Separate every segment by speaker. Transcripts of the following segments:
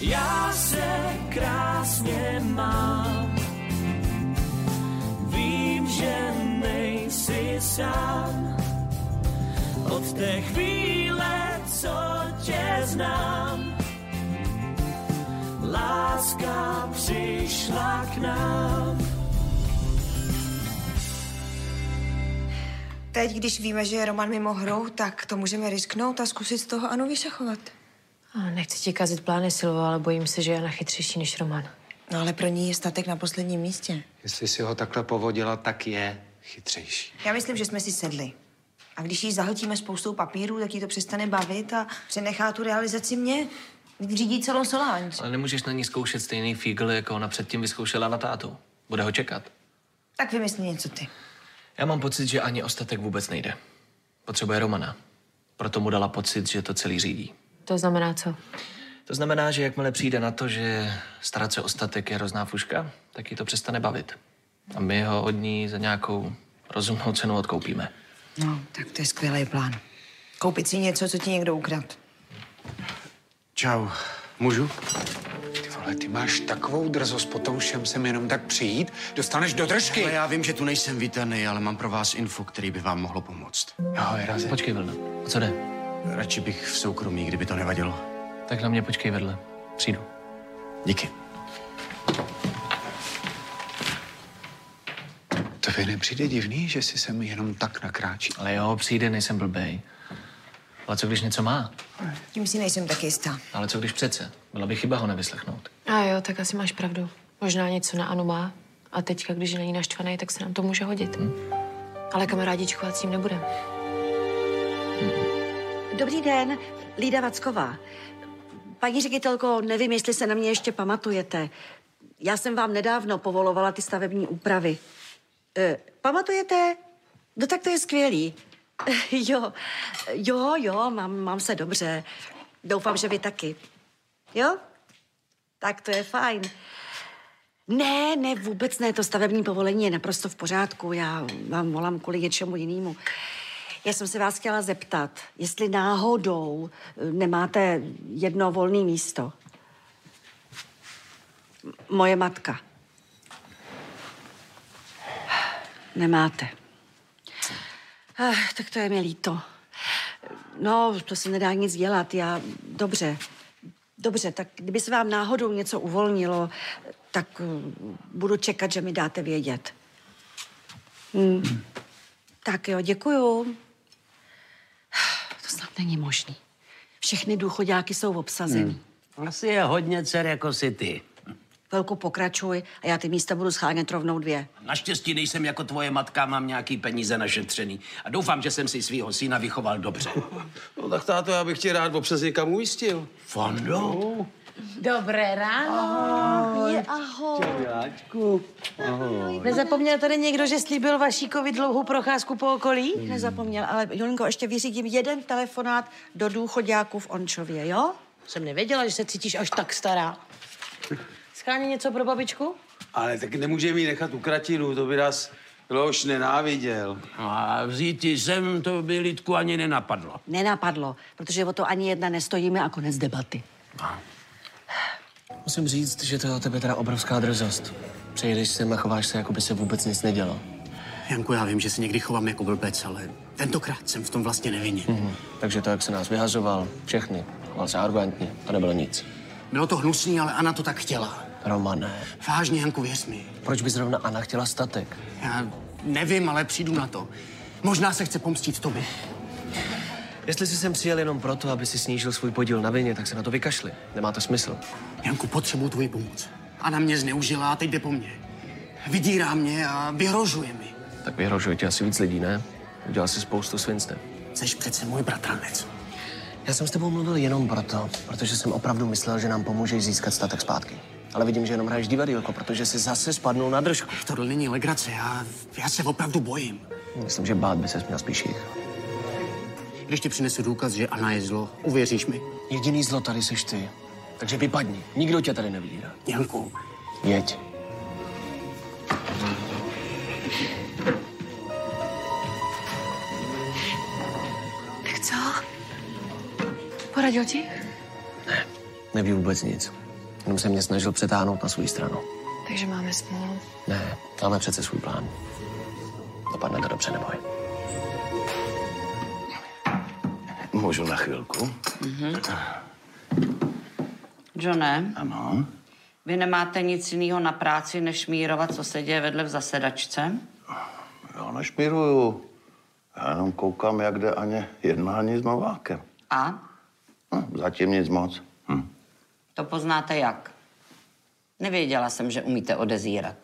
Speaker 1: Já se krásně mám, vím, že nejsi sám. Od té chvíle, co tě znám, láska přišla k nám.
Speaker 2: Teď, když víme, že je Roman mimo hrou, tak to můžeme risknout a zkusit z toho Anu vyšachovat.
Speaker 3: A Nechci ti kazit plány, Silvo, ale bojím se, že Jana chytřejší než Roman.
Speaker 2: No ale pro ní je statek na posledním místě.
Speaker 4: Jestli si ho takhle povodila, tak je chytřejší.
Speaker 2: Já myslím, že jsme si sedli. A když jí zahltíme spoustou papírů, tak jí to přestane bavit a přenechá tu realizaci mě. Vždyť Řídí celou Solange.
Speaker 5: Ale nemůžeš na ní zkoušet stejný fígl, jako ona předtím vyzkoušela na tátu. Bude ho čekat.
Speaker 2: Tak vymysli něco ty.
Speaker 5: Já mám pocit, že ani ostatek vůbec nejde. Potřebuje Romana. Proto mu dala pocit, že to celý řídí.
Speaker 3: To znamená co?
Speaker 5: To znamená, že jakmile přijde na to, že starat se o statek je hrozná fuška, tak ji to přestane bavit. A my ho od ní za nějakou rozumnou cenu odkoupíme.
Speaker 2: No, tak to je skvělý plán. Koupit si něco, co ti někdo ukrad.
Speaker 4: Čau. Můžu? Ty vole, ty máš takovou drzost, potom všem sem jenom tak přijít, dostaneš do držky.
Speaker 6: Ale já vím, že tu nejsem vítaný, ale mám pro vás info, který by vám mohlo pomoct.
Speaker 4: Ahoj, raze.
Speaker 5: Počkej, Vilno. O co jde?
Speaker 6: Radši bych v soukromí, kdyby to nevadilo.
Speaker 5: Tak na mě počkej vedle. Přijdu.
Speaker 6: Díky.
Speaker 4: To by nepřijde divný, že si sem jenom tak nakráčí.
Speaker 5: Ale jo, přijde, nejsem blbej. Ale co když něco má?
Speaker 2: Tím si nejsem tak jistá.
Speaker 5: Ale co když přece? Byla by chyba ho nevyslechnout.
Speaker 3: A jo, tak asi máš pravdu. Možná něco na Anu má. A teďka, když je na ní naštvaný, tak se nám to může hodit. Hmm. Ale kamarádičkovat s ním nebudem.
Speaker 7: Dobrý den, Lída Vacková. Paní ředitelko, nevím, jestli se na mě ještě pamatujete. Já jsem vám nedávno povolovala ty stavební úpravy. E, pamatujete? No tak to je skvělý. E, jo, jo, jo, mám, mám se dobře. Doufám, že vy taky. Jo? Tak to je fajn. Ne, ne, vůbec ne, to stavební povolení je naprosto v pořádku. Já vám volám kvůli něčemu jinému. Já jsem se vás chtěla zeptat, jestli náhodou eh, nemáte jedno volné místo. M- Moje matka. Nemáte. Ach, tak to je mi líto. No, to se nedá nic dělat. Já, dobře, dobře, tak kdyby se vám náhodou něco uvolnilo, tak mm, budu čekat, že mi dáte vědět. Hm. Tak jo, děkuju. To snad není možný. Všechny důchodáky jsou obsazeny. Hmm.
Speaker 8: Asi je hodně dcer jako si ty.
Speaker 7: Velku pokračuj a já ty místa budu schánět rovnou dvě.
Speaker 8: Naštěstí nejsem jako tvoje matka, mám nějaký peníze našetřený. A doufám, že jsem si svého syna vychoval dobře.
Speaker 9: No tak táto, já bych tě rád občas někam ujistil.
Speaker 8: Fondo?
Speaker 10: Dobré ráno.
Speaker 7: Je, ahoj.
Speaker 9: Miláčku.
Speaker 8: No,
Speaker 10: Nezapomněl tady někdo, že slíbil Vašíkovi dlouhou procházku po okolí?
Speaker 8: Hmm.
Speaker 7: Nezapomněl, ale Julinko, ještě vyřídím jeden telefonát do důchodáků v Ončově, jo?
Speaker 10: Jsem nevěděla, že se cítíš až tak stará. Schání něco pro babičku?
Speaker 9: Ale tak nemůžeme jí nechat u kratinu, to by nás Lož nenáviděl.
Speaker 8: No A vzít ji sem, to by Lidku ani nenapadlo.
Speaker 7: Nenapadlo, protože o to ani jedna nestojíme a konec debaty.
Speaker 5: Musím říct, že to je o tebe teda obrovská drzost. Přejdeš sem a chováš se, jako by se vůbec nic nedělo.
Speaker 6: Janku, já vím, že se někdy chovám jako blbec, ale tentokrát jsem v tom vlastně nevinně.
Speaker 5: Hm. Takže to, jak se nás vyhazoval, všechny, choval se arrogantně a nebylo nic.
Speaker 6: Bylo to hnusný, ale Anna to tak chtěla.
Speaker 5: Romane,
Speaker 6: Vážně, Janku, věř mi.
Speaker 5: proč by zrovna Anna chtěla statek?
Speaker 6: Já nevím, ale přijdu na to. Možná se chce pomstít tobě.
Speaker 5: Jestli jsi sem přijel jenom proto, aby si snížil svůj podíl na vině, tak se na to vykašli. Nemá to smysl.
Speaker 6: Janku, potřebuju tvoji pomoc. Anna mě zneužila a teď jde po mně. Vydírá mě a vyhrožuje mi.
Speaker 5: Tak vyhrožuje ti asi víc lidí, ne? Udělal si spoustu svinstev.
Speaker 6: Jsi přece můj bratranec.
Speaker 5: Já jsem s tebou mluvil jenom No, proto, protože jsem opravdu myslel, že nám pomůžeš získat statek zpátky. Ale vidím, že jenom hraješ divadýlko, protože si zase spadnul na držku.
Speaker 6: Eh, Tohle není legrace, já, já se opravdu bojím.
Speaker 5: Myslím, že bát by se měl spíš jich.
Speaker 6: Když ti přinesu důkaz, že Anna je zlo, uvěříš mi?
Speaker 5: Jediný zlo tady seš ty. Takže vypadni. Nikdo tě tady nevydírá.
Speaker 6: Janku,
Speaker 5: Jeď.
Speaker 3: Tak co? Poradil ti?
Speaker 5: Neví vůbec nic.
Speaker 11: Jenom se mě snažil přetáhnout na svou stranu.
Speaker 3: Takže máme smůlu.
Speaker 11: Ne, máme přece svůj plán. Dopadne to dobře, neboj.
Speaker 12: Můžu na chvilku?
Speaker 13: Mhm. Johne,
Speaker 12: Ano.
Speaker 13: vy nemáte nic jiného na práci, než mírovat, co se děje vedle v zasedačce?
Speaker 14: Já nešmíruju. Já jenom koukám, jak jde Aně jednání s Novákem.
Speaker 13: A
Speaker 14: Hm, zatím nic moc.
Speaker 13: to poznáte jak? Nevěděla jsem, že umíte odezírat.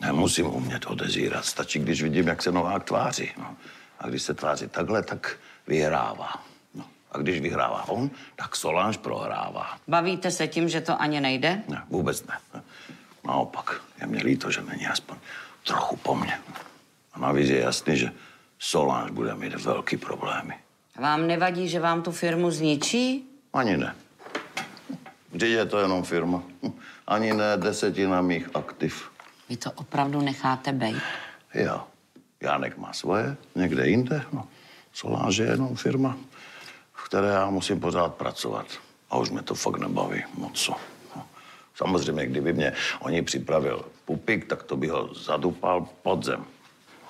Speaker 14: Nemusím umět odezírat. Stačí, když vidím, jak se Novák tváří. No. A když se tváří takhle, tak vyhrává. No. A když vyhrává on, tak Solange prohrává.
Speaker 13: Bavíte se tím, že to ani nejde?
Speaker 14: Ne, vůbec ne. Naopak, je mě líto, že není aspoň trochu po mně. A navíc je jasný, že Solange bude mít velký problémy.
Speaker 13: Vám nevadí, že vám tu firmu zničí?
Speaker 14: Ani ne. Vždyť je to jenom firma. Hm, Ani ne desetina mých aktiv.
Speaker 13: Vy to opravdu necháte bejt.
Speaker 14: Jo. Jánek má svoje, někde jinde. No. Soláž je jenom firma, v které já musím pořád pracovat. A už mě to fakt nebaví moc. co. No. Samozřejmě, kdyby mě o ní připravil pupik, tak to bych ho zadupal pod zem.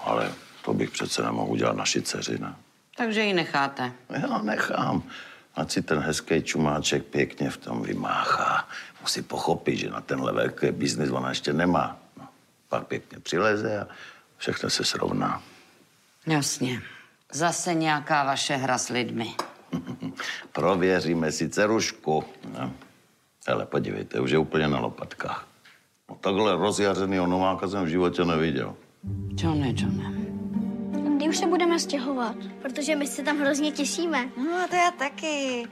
Speaker 14: Ale to bych přece nemohl udělat naši dceři, ne?
Speaker 13: Takže ji necháte.
Speaker 14: Já nechám. Ať si ten hezký čumáček pěkně v tom vymáchá. Musí pochopit, že na tenhle velký biznis ona ještě nemá. No. Pak pěkně přileze a všechno se srovná.
Speaker 13: Jasně. Zase nějaká vaše hra s lidmi.
Speaker 14: Prověříme si cerušku. No. Hele, podívejte, už je úplně na lopatkách. No, takhle rozjařenýho nováka jsem v životě neviděl.
Speaker 13: Johnny, Johnny.
Speaker 15: Kdy už se budeme stěhovat? Protože my se tam hrozně těšíme.
Speaker 16: No a to já taky.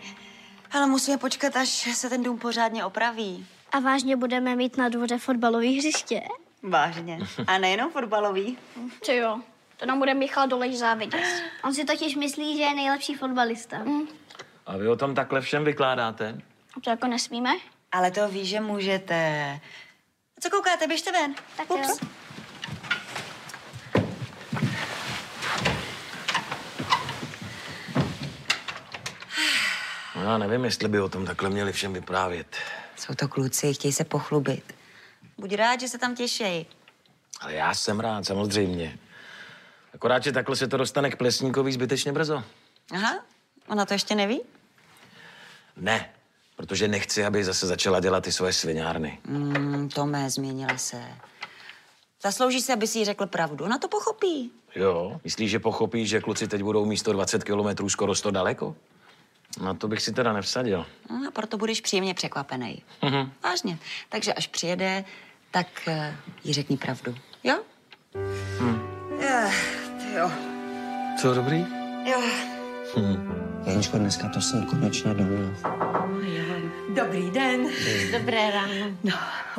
Speaker 16: Ale musíme počkat, až se ten dům pořádně opraví.
Speaker 15: A vážně budeme mít na dvoře fotbalové hřiště?
Speaker 16: Vážně. A nejenom fotbalový.
Speaker 15: Co jo? To nám bude Michal Dolejš závidět. On si totiž myslí, že je nejlepší fotbalista. Mm.
Speaker 17: A vy o tom takhle všem vykládáte?
Speaker 15: To jako nesmíme?
Speaker 16: Ale to víš, že můžete. Co koukáte? Běžte ven.
Speaker 15: Tak
Speaker 16: Ups.
Speaker 15: jo.
Speaker 18: No, já nevím, jestli by o tom takhle měli všem vyprávět.
Speaker 19: Jsou to kluci, chtějí se pochlubit.
Speaker 16: Buď rád, že se tam těšej.
Speaker 17: Ale já jsem rád, samozřejmě. Akorát, že takhle se to dostane k Plesníkovi zbytečně brzo.
Speaker 16: Aha, ona to ještě neví?
Speaker 18: Ne, protože nechci, aby zase začala dělat ty svoje sviňárny.
Speaker 16: Mm, Tomé, změnila se. Zaslouží se, aby si jí řekl pravdu. Ona to pochopí.
Speaker 17: Jo. Myslíš, že pochopí, že kluci teď budou místo 20 kilometrů skoro 100 daleko? Na to bych si teda nevsadil.
Speaker 16: No, A proto budeš příjemně překvapený. Vážně. Takže až přijede, tak eh, jí řekni pravdu. Jo? Eh, jo.
Speaker 17: Co, dobrý?
Speaker 16: Jo.
Speaker 11: Hm. Jenčko, dneska to jsem konečně domů.
Speaker 20: Dobrý den.
Speaker 10: Dobré ráno.
Speaker 20: No,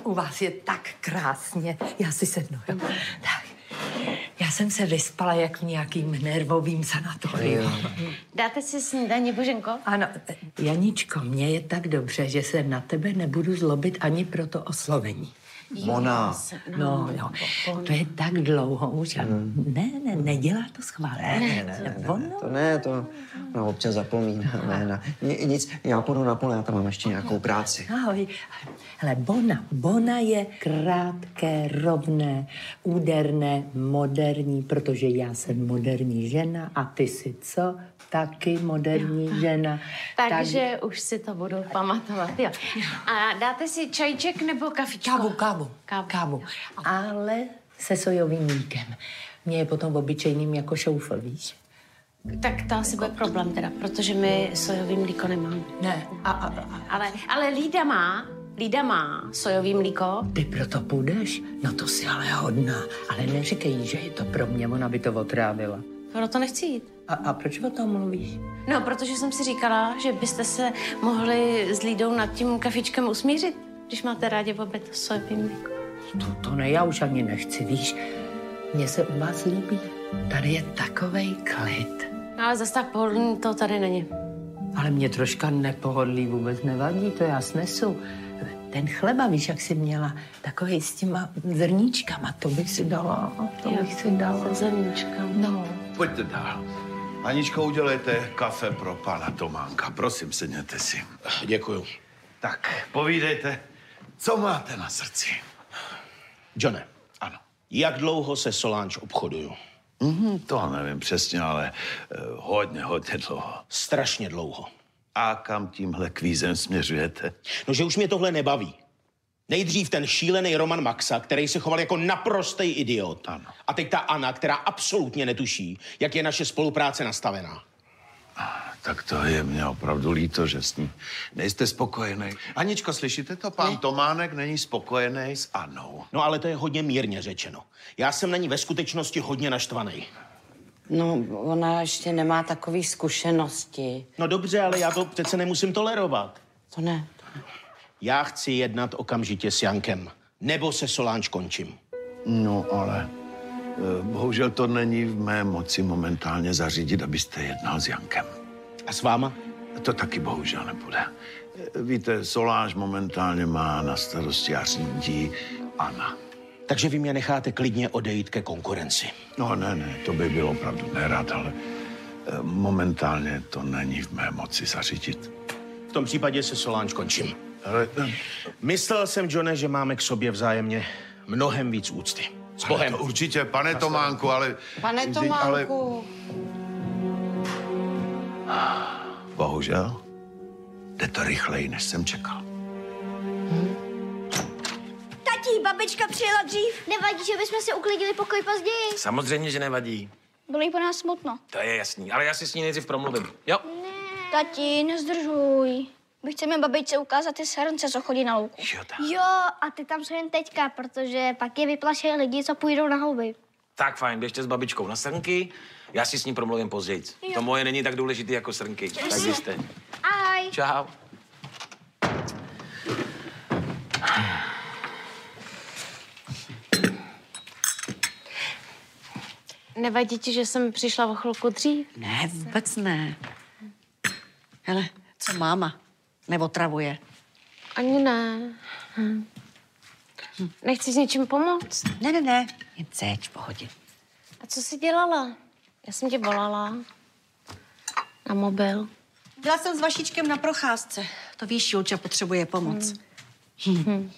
Speaker 20: u vás je tak krásně. Já si sednu, jo. Tak. Já jsem se vyspala jak v nějakým nervovým sanatoriu.
Speaker 10: Dáte si snídaní, Boženko?
Speaker 20: Ano. Janičko, mně je tak dobře, že se na tebe nebudu zlobit ani pro to oslovení.
Speaker 11: Mona.
Speaker 20: No, jo. To je tak dlouho už. a- Ne, ne, nedělá to schválně.
Speaker 11: Ne, ne, ne, ne, ne, ne, to ne, to no, občas zapomíná. Ne, ne, Ni- nic, já půjdu na pole, já tam mám ještě nějakou práci.
Speaker 20: Ahoj. Hele, bona. Bona je krátké, rovné, úderné, moderní, protože já jsem moderní žena a ty jsi co? Taky moderní žena.
Speaker 10: Takže už si to budu pamatovat, jo. A dáte si čajček nebo kafičko? Kávu,
Speaker 20: kávu.
Speaker 10: Kávu.
Speaker 20: Kávu. Ale se sojovým mlíkem. Mě je potom obyčejným jako šoufl, víš?
Speaker 10: Tak to asi bude problém teda, protože my sojový mlíko nemáme.
Speaker 20: Ne. A, a, a.
Speaker 10: Ale, ale Lída má, Lída má sojový mlíko.
Speaker 20: Ty proto půjdeš? No to si ale hodná. Ale neříkej jí, že je to pro mě, ona by to otrávila.
Speaker 10: Proto nechci jít.
Speaker 20: A, a proč o tom mluvíš?
Speaker 10: No, protože jsem si říkala, že byste se mohli s Lídou nad tím kafičkem usmířit, když máte rádi obě to sojový mlíko.
Speaker 20: To ne, já už ani nechci, víš. Mně se u vás líbí. Tady je takovej klid.
Speaker 10: No, ale zas tak pohodlný to tady není.
Speaker 20: Ale mě troška nepohodlí vůbec nevadí, to já snesu. Ten chleba, víš, jak jsi měla, takový s těma zrníčkama, to bych si dala, to bych si dala. Se
Speaker 10: zrníčkama.
Speaker 20: No.
Speaker 14: Pojďte dál. Aničko, udělejte kafe pro pana Tománka. Prosím, sedněte si. Děkuju. Tak, povídejte. Co máte na srdci?
Speaker 21: Johne, ano. Jak dlouho se Solange obchoduju?
Speaker 14: Mm, to nevím přesně, ale eh, hodně, hodně dlouho.
Speaker 21: Strašně dlouho.
Speaker 14: A kam tímhle kvízem směřujete?
Speaker 21: No, že už mě tohle nebaví. Nejdřív ten šílený Roman Maxa, který se choval jako naprostý idiot. Ano. A teď ta Anna, která absolutně netuší, jak je naše spolupráce nastavená.
Speaker 14: Tak to je mě opravdu líto, že s ní nejste spokojený. Aničko, slyšíte to? Pán Tománek není spokojený s Anou.
Speaker 21: No ale to je hodně mírně řečeno. Já jsem na ní ve skutečnosti hodně naštvaný.
Speaker 13: No, ona ještě nemá takové zkušenosti.
Speaker 21: No dobře, ale já to přece nemusím tolerovat.
Speaker 13: To ne.
Speaker 21: Já chci jednat okamžitě s Jankem. Nebo se Solange končím.
Speaker 14: No, ale eh, bohužel to není v mé moci momentálně zařídit, abyste jednal s Jankem.
Speaker 21: A s váma?
Speaker 14: To taky bohužel nebude. Eh, Víte, Soláž momentálně má na starosti a řídí Ana.
Speaker 21: Takže vy mě necháte klidně odejít ke konkurenci.
Speaker 14: No ne, ne, to by bylo opravdu nerad, ale eh, momentálně to není v mé moci zařídit.
Speaker 21: V tom případě se Solange končím. Myslel jsem, Johne, že máme k sobě vzájemně mnohem víc úcty. S Bohem.
Speaker 14: to určitě, pane Tománku, ale...
Speaker 13: Pane
Speaker 14: Vždyť, ale-
Speaker 13: Tománku,
Speaker 21: Ah.
Speaker 14: Bohužel, jde to rychleji, než jsem čekal.
Speaker 15: Tati, babička přijela dřív. Nevadí, že bychom se uklidili pokoj později.
Speaker 17: Samozřejmě, že nevadí.
Speaker 15: Bylo jí po nás smutno.
Speaker 17: To je jasný, ale já si s ní nejdřív promluvím. Jo.
Speaker 15: Tati, nezdržuj. My chceme babičce ukázat ty srnce, co chodí na louku.
Speaker 17: Jo,
Speaker 15: jo, a ty tam jsou jen teďka, protože pak je vyplašejí lidi, co půjdou na houby.
Speaker 17: Tak fajn, běžte s babičkou na srnky, já si s ní promluvím později.
Speaker 15: Jo.
Speaker 17: To moje není tak důležité jako srnky. Tak jste.
Speaker 15: Ahoj.
Speaker 17: Čau.
Speaker 10: Nevadí ti, že jsem přišla o chvilku dřív?
Speaker 7: Ne, vůbec ne. Hele, co máma? Neotravuje.
Speaker 10: Ani ne. Hm. Nechci s něčím pomoct?
Speaker 7: Ne, ne, ne.
Speaker 10: Jen
Speaker 7: seď v pohodě.
Speaker 10: A co jsi dělala? Já jsem tě volala. Na mobil.
Speaker 7: Byla jsem s Vašičkem na procházce. To víš, Julča potřebuje pomoc.
Speaker 10: Hm. Hm.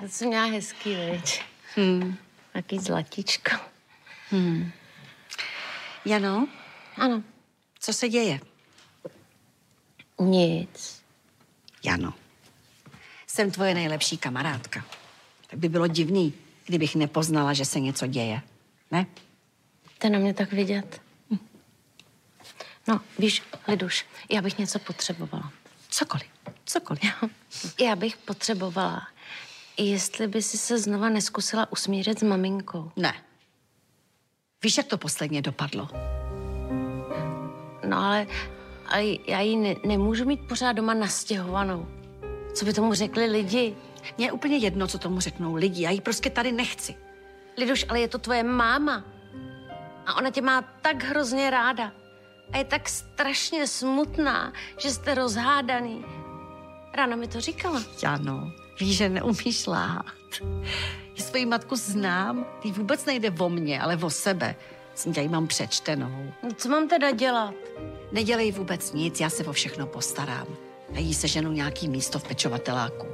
Speaker 10: To jsi měla hezký, viď? Hm. Jaký zlatičko.
Speaker 7: Hmm. Jano?
Speaker 10: Ano.
Speaker 7: Co se děje?
Speaker 10: Nic.
Speaker 7: Jano, jsem tvoje nejlepší kamarádka. Tak by bylo divný, kdybych nepoznala, že se něco děje. Ne?
Speaker 10: To je na mě tak vidět. Hm. No, víš, Liduš, já bych něco potřebovala.
Speaker 7: Cokoliv, cokoliv.
Speaker 10: Já bych potřebovala, jestli by si se znova neskusila usmířit s maminkou.
Speaker 7: Ne. Víš, jak to posledně dopadlo?
Speaker 10: No ale, ale já ji ne, nemůžu mít pořád doma nastěhovanou. Co by tomu řekli lidi?
Speaker 7: Mně je úplně jedno, co tomu řeknou lidi. Já ji prostě tady nechci.
Speaker 10: Liduš, ale je to tvoje máma. A ona tě má tak hrozně ráda. A je tak strašně smutná, že jste rozhádaný. Ráno mi to říkala.
Speaker 7: Jano, víš, že neumíš lhát. Já svoji matku znám, ty vůbec nejde o mě, ale o sebe. Jsem tě ji mám přečtenou.
Speaker 10: No, co mám teda dělat?
Speaker 7: Nedělej vůbec nic, já se o všechno postarám. Já jí seženu nějaký místo v pečovateláku.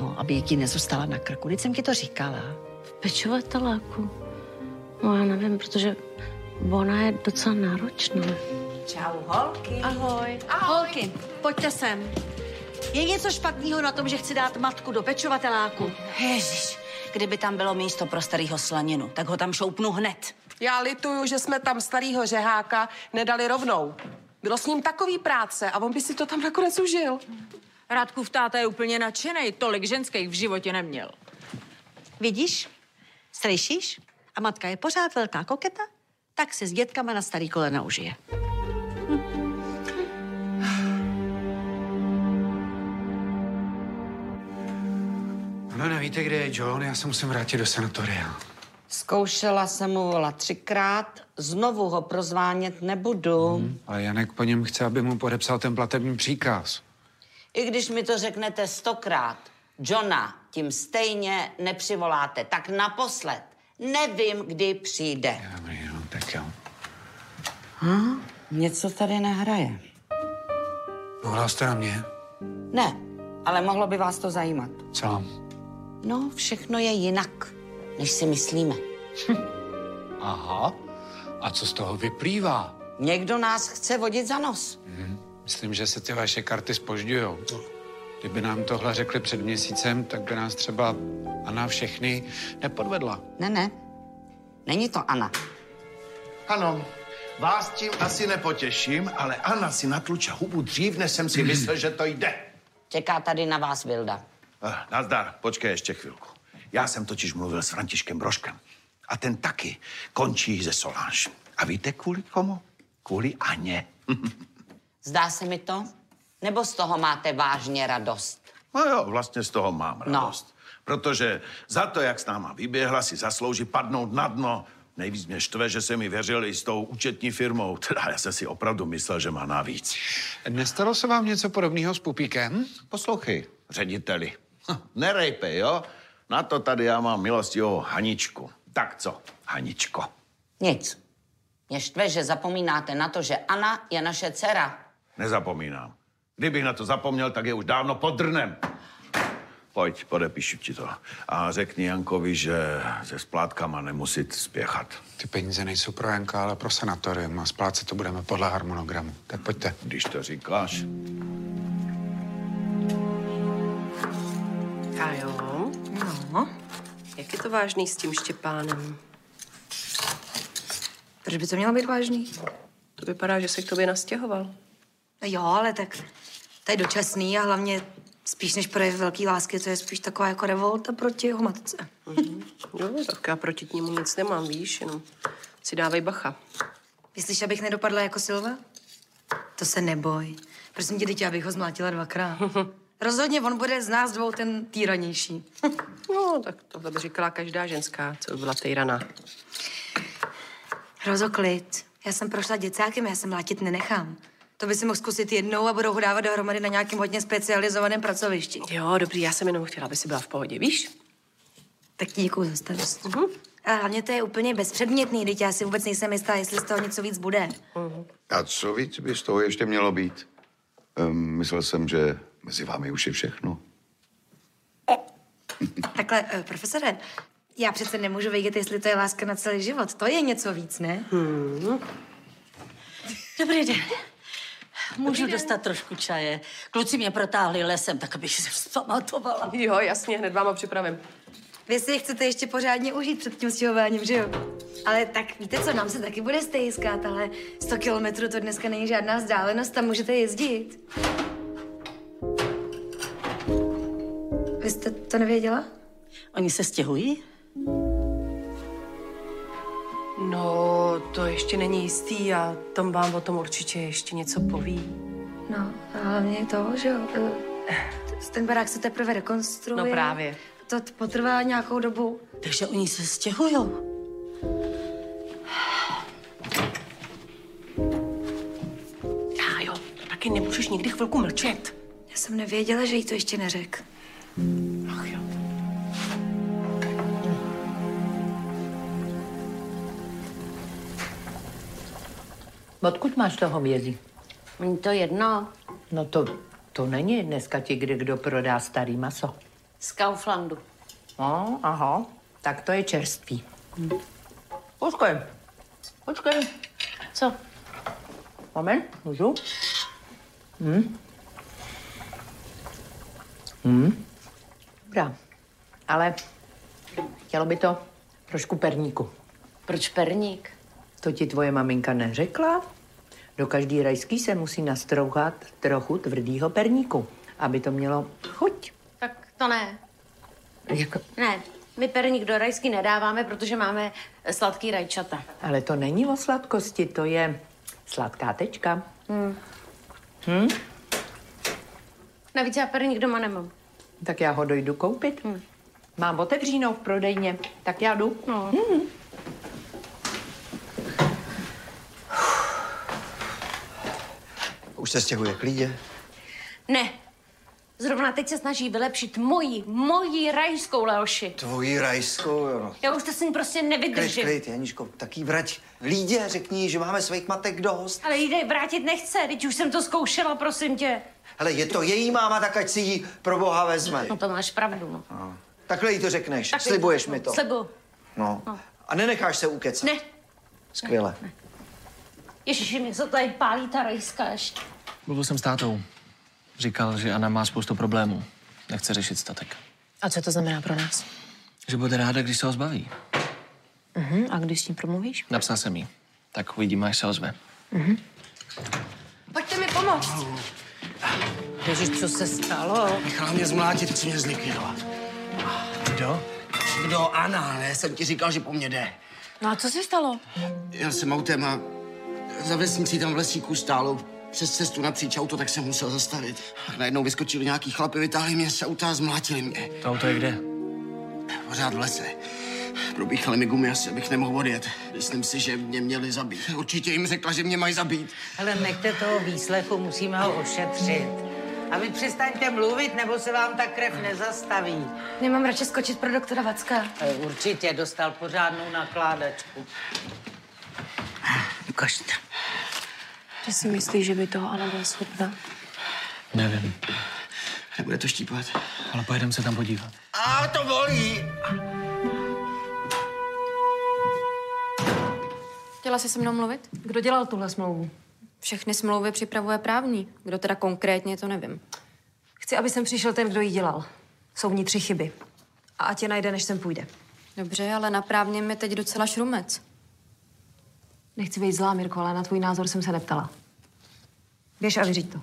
Speaker 7: No, aby jí ti nezůstala na krku. Teď jsem ti to říkala.
Speaker 10: V pečovateláku. No já nevím, protože ona je docela náročná.
Speaker 7: Čau, holky. Ahoj. Ahoj. Holky, pojďte sem. Je něco špatného na tom, že chci dát matku do pečovateláku?
Speaker 22: Ježíš, kdyby tam bylo místo pro starýho slaninu, tak ho tam šoupnu hned.
Speaker 3: Já lituju, že jsme tam starýho řeháka nedali rovnou. Bylo s ním takový práce a on by si to tam nakonec užil.
Speaker 23: Rádkův táta je úplně nadšený, tolik ženských v životě neměl.
Speaker 7: Vidíš? Slyšíš? A matka je pořád velká koketa? Tak se s dětkama na starý kolena užije.
Speaker 4: No nevíte, kde je John, já se musím vrátit do sanatoria.
Speaker 13: zkoušela jsem mu volat třikrát, znovu ho prozvánět nebudu.
Speaker 14: Mhm.
Speaker 4: Ale Janek po něm chce, aby mu podepsal ten platební příkaz.
Speaker 13: I když mi to řeknete stokrát, Johna tím stejně nepřivoláte. Tak naposled, nevím, kdy přijde.
Speaker 4: No, Tak jo.
Speaker 13: Hm? Něco tady nehraje.
Speaker 4: Volal jste na mě?
Speaker 13: Ne, ale mohlo by vás to zajímat.
Speaker 4: Co?
Speaker 13: No, všechno je jinak, než si myslíme.
Speaker 4: Hm. Aha. A co z toho vyplývá?
Speaker 13: Někdo nás chce vodit za nos.
Speaker 4: Myslím, že se ty vaše karty spožďujou.
Speaker 14: No.
Speaker 4: Kdyby nám tohle řekli před měsícem, tak by nás třeba Anna všechny nepodvedla.
Speaker 13: Ne, ne. Není to Anna.
Speaker 14: Ano, vás tím asi nepotěším, ale Anna si natluče hubu dřív, než jsem si myslel, že to jde.
Speaker 13: Čeká tady na vás Vilda.
Speaker 14: Eh, Nazdar, počkej ještě chvilku. Já jsem totiž mluvil s Františkem Broškem. A ten taky končí ze Soláž. A víte kvůli komu? Kvůli Aně.
Speaker 13: Zdá se mi to? Nebo z toho máte vážně radost?
Speaker 14: No jo, vlastně z toho mám radost. No. Protože za to, jak s náma vyběhla, si zaslouží padnout na dno. Nejvíc mě štve, že se mi věřili s tou účetní firmou. Teda já jsem si opravdu myslel, že má navíc.
Speaker 4: Nestalo se vám něco podobného s Pupíkem?
Speaker 14: Poslouchej, řediteli. Ha, Nerejpej, jo? Na to tady já mám milostivou Haničku. Tak co, Haničko?
Speaker 13: Nic. Mě štve, že zapomínáte na to, že Anna je naše dcera.
Speaker 14: Nezapomínám. Kdybych na to zapomněl, tak je už dávno pod drnem. Pojď, podepíšu ti to. A řekni Jankovi, že se splátkama nemusit spěchat.
Speaker 4: Ty peníze nejsou pro Janka, ale pro sanatorium a splácet to budeme podle harmonogramu. Tak pojďte.
Speaker 14: Když to říkáš.
Speaker 3: A jo? No. Jak je to vážný s tím Štěpánem?
Speaker 24: Proč by to mělo být vážný?
Speaker 3: To vypadá, že se k tobě nastěhoval.
Speaker 24: No jo, ale tak to je dočasný a hlavně spíš než projev velký lásky, to je spíš taková jako revolta proti jeho matce.
Speaker 3: Jo, No, tak já proti k němu nic nemám, víš, jenom si dávej bacha.
Speaker 24: Myslíš, abych nedopadla jako Silva? To se neboj. Prosím tě, dítě, abych ho zmlátila dvakrát. Rozhodně on bude z nás dvou ten týranější.
Speaker 3: No, tak tohle by říkala každá ženská, co by byla tejraná.
Speaker 24: Rozoklid. Já jsem prošla děcákem, já se mlátit nenechám. To by si mohl zkusit jednou a budou ho dávat dohromady na nějakém hodně specializovaném pracovišti.
Speaker 3: Jo, dobrý, já jsem jenom chtěla, aby si byla v pohodě, víš? Mhm.
Speaker 24: Tak ti děkuji za starost. A hlavně to je úplně bezpředmětný, teď já si vůbec nejsem jistá, jestli z toho něco víc bude.
Speaker 25: A co víc by z toho ještě mělo být? Um, myslel jsem, že mezi vámi už je všechno.
Speaker 24: Takhle, eh, profesore, já přece nemůžu vědět, jestli to je láska na celý život. To je něco víc, ne?
Speaker 3: Hmm.
Speaker 26: Dobrý den. Můžu dostat trošku čaje. Kluci mě protáhli lesem, tak abych se vzpamatovala.
Speaker 3: Jo, jasně, hned vám ho připravím.
Speaker 24: Vy si je chcete ještě pořádně užít před tím stěhováním, že jo? Ale tak víte co, nám se taky bude stejskat, ale 100 kilometrů to dneska není žádná vzdálenost, tam můžete jezdit. Vy jste to nevěděla?
Speaker 26: Oni se stěhují?
Speaker 3: No, to ještě není jistý a Tom vám o tom určitě ještě něco poví.
Speaker 24: No, a hlavně to, že jo, eh, ten barák se teprve rekonstruuje.
Speaker 3: No právě.
Speaker 24: To t- potrvá nějakou dobu.
Speaker 26: Takže oni se stěhujou.
Speaker 3: Já jo, taky nemůžeš nikdy chvilku mlčet.
Speaker 24: Já jsem nevěděla, že jí to ještě neřek.
Speaker 20: Odkud máš to hovězí?
Speaker 10: Mně to jedno.
Speaker 20: No to, to není dneska ti, kdy kdo prodá starý maso.
Speaker 10: Z Kauflandu.
Speaker 20: No, aha, tak to je čerstvý. Počkej, počkej.
Speaker 10: Co?
Speaker 20: Moment, můžu? Hm. Hm. Dobrá, ale chtělo by to trošku perníku.
Speaker 10: Proč perník?
Speaker 20: To ti tvoje maminka neřekla? Do každý rajský se musí nastrouhat trochu tvrdýho perníku, aby to mělo chuť.
Speaker 10: Tak to ne.
Speaker 20: Jako,
Speaker 10: Ne, my perník do rajsky nedáváme, protože máme eh, sladký rajčata.
Speaker 20: ale to není o sladkosti, to je sladká tečka.
Speaker 10: Hmm.
Speaker 20: Hm?
Speaker 10: Navíc já perník doma nemám.
Speaker 20: Tak já ho dojdu koupit.
Speaker 27: Hm.
Speaker 20: Hmm. Mám otevřínou v prodejně, tak já jdu.
Speaker 10: No.
Speaker 20: Hm.
Speaker 11: Už se stěhuje k Lídě?
Speaker 10: Ne. Zrovna teď se snaží vylepšit moji, moji rajskou Leoši.
Speaker 11: Tvojí rajskou, jo. no.
Speaker 10: Já už to s ní prostě
Speaker 11: Klid,
Speaker 10: nevydržím.
Speaker 11: klid, Janíčko, taky vrať Lídě, řekni, že máme svých matek dost.
Speaker 10: Ale jde vrátit nechce, teď už jsem to zkoušela, prosím tě.
Speaker 11: Hele, je to její máma, tak ať si ji pro boha vezme.
Speaker 10: No to máš pravdu, no.
Speaker 11: No. Takhle jí to řekneš.
Speaker 28: Tak
Speaker 11: Slibuješ mi to.
Speaker 28: Slibu.
Speaker 11: No.
Speaker 28: No.
Speaker 11: A nenecháš se ukecat.
Speaker 28: Ne.
Speaker 11: Skvěle.
Speaker 10: Ježiši, mě se tady pálí ta rejska ještě.
Speaker 5: Mluvil jsem s tátou. Říkal, že Anna má spoustu problémů. Nechce řešit statek.
Speaker 24: A co to znamená pro nás?
Speaker 5: Že bude ráda, když se ho zbaví.
Speaker 24: Mhm, a když s ní promluvíš?
Speaker 5: Napsal jsem jí. Tak uvidíme, až se ozve.
Speaker 24: Mhm.
Speaker 28: Pojďte mi pomoct.
Speaker 24: Ježíš, co se stalo?
Speaker 6: Nechala mě zmlátit, chci mě zlikvidovat. Kdo? Kdo? Anna, ne? Jsem ti říkal, že po mně jde.
Speaker 24: No a co se stalo?
Speaker 6: Jel jsem autem a za vesnicí tam v lesíku stálo přes cestu napříč auto, tak jsem musel zastavit. A najednou vyskočili nějaký chlapy, vytáhli mě z auta a zmlátili mě.
Speaker 5: To auto je kde?
Speaker 6: Pořád v lese. Probíchali mi gumy asi, abych nemohl odjet. Myslím si, že mě měli zabít. Určitě jim řekla, že mě mají zabít.
Speaker 20: Hele, nechte toho výslechu, musíme ho ošetřit. A vy přestaňte mluvit, nebo se vám ta krev nezastaví.
Speaker 27: Nemám radši skočit pro doktora Vacka.
Speaker 20: E, Určitě dostal pořádnou nakládačku.
Speaker 24: Ukaž to. Že si myslíš, že by toho Anna byla schopna?
Speaker 5: Nevím,
Speaker 6: Nebude to štípat.
Speaker 5: ale pojedeme se tam podívat.
Speaker 6: A to bolí!
Speaker 29: Chtěla jsi se mnou mluvit? Kdo dělal tuhle smlouvu? Všechny smlouvy připravuje právní. Kdo teda konkrétně, to nevím.
Speaker 24: Chci, aby sem přišel ten, kdo ji dělal. Jsou v ní tři chyby. A ať je najde, než sem půjde.
Speaker 29: Dobře, ale na právně mi teď docela šrumec.
Speaker 24: Nechci být zlá, Mirko, ale na tvůj názor jsem se neptala. Běž a vyřiď to.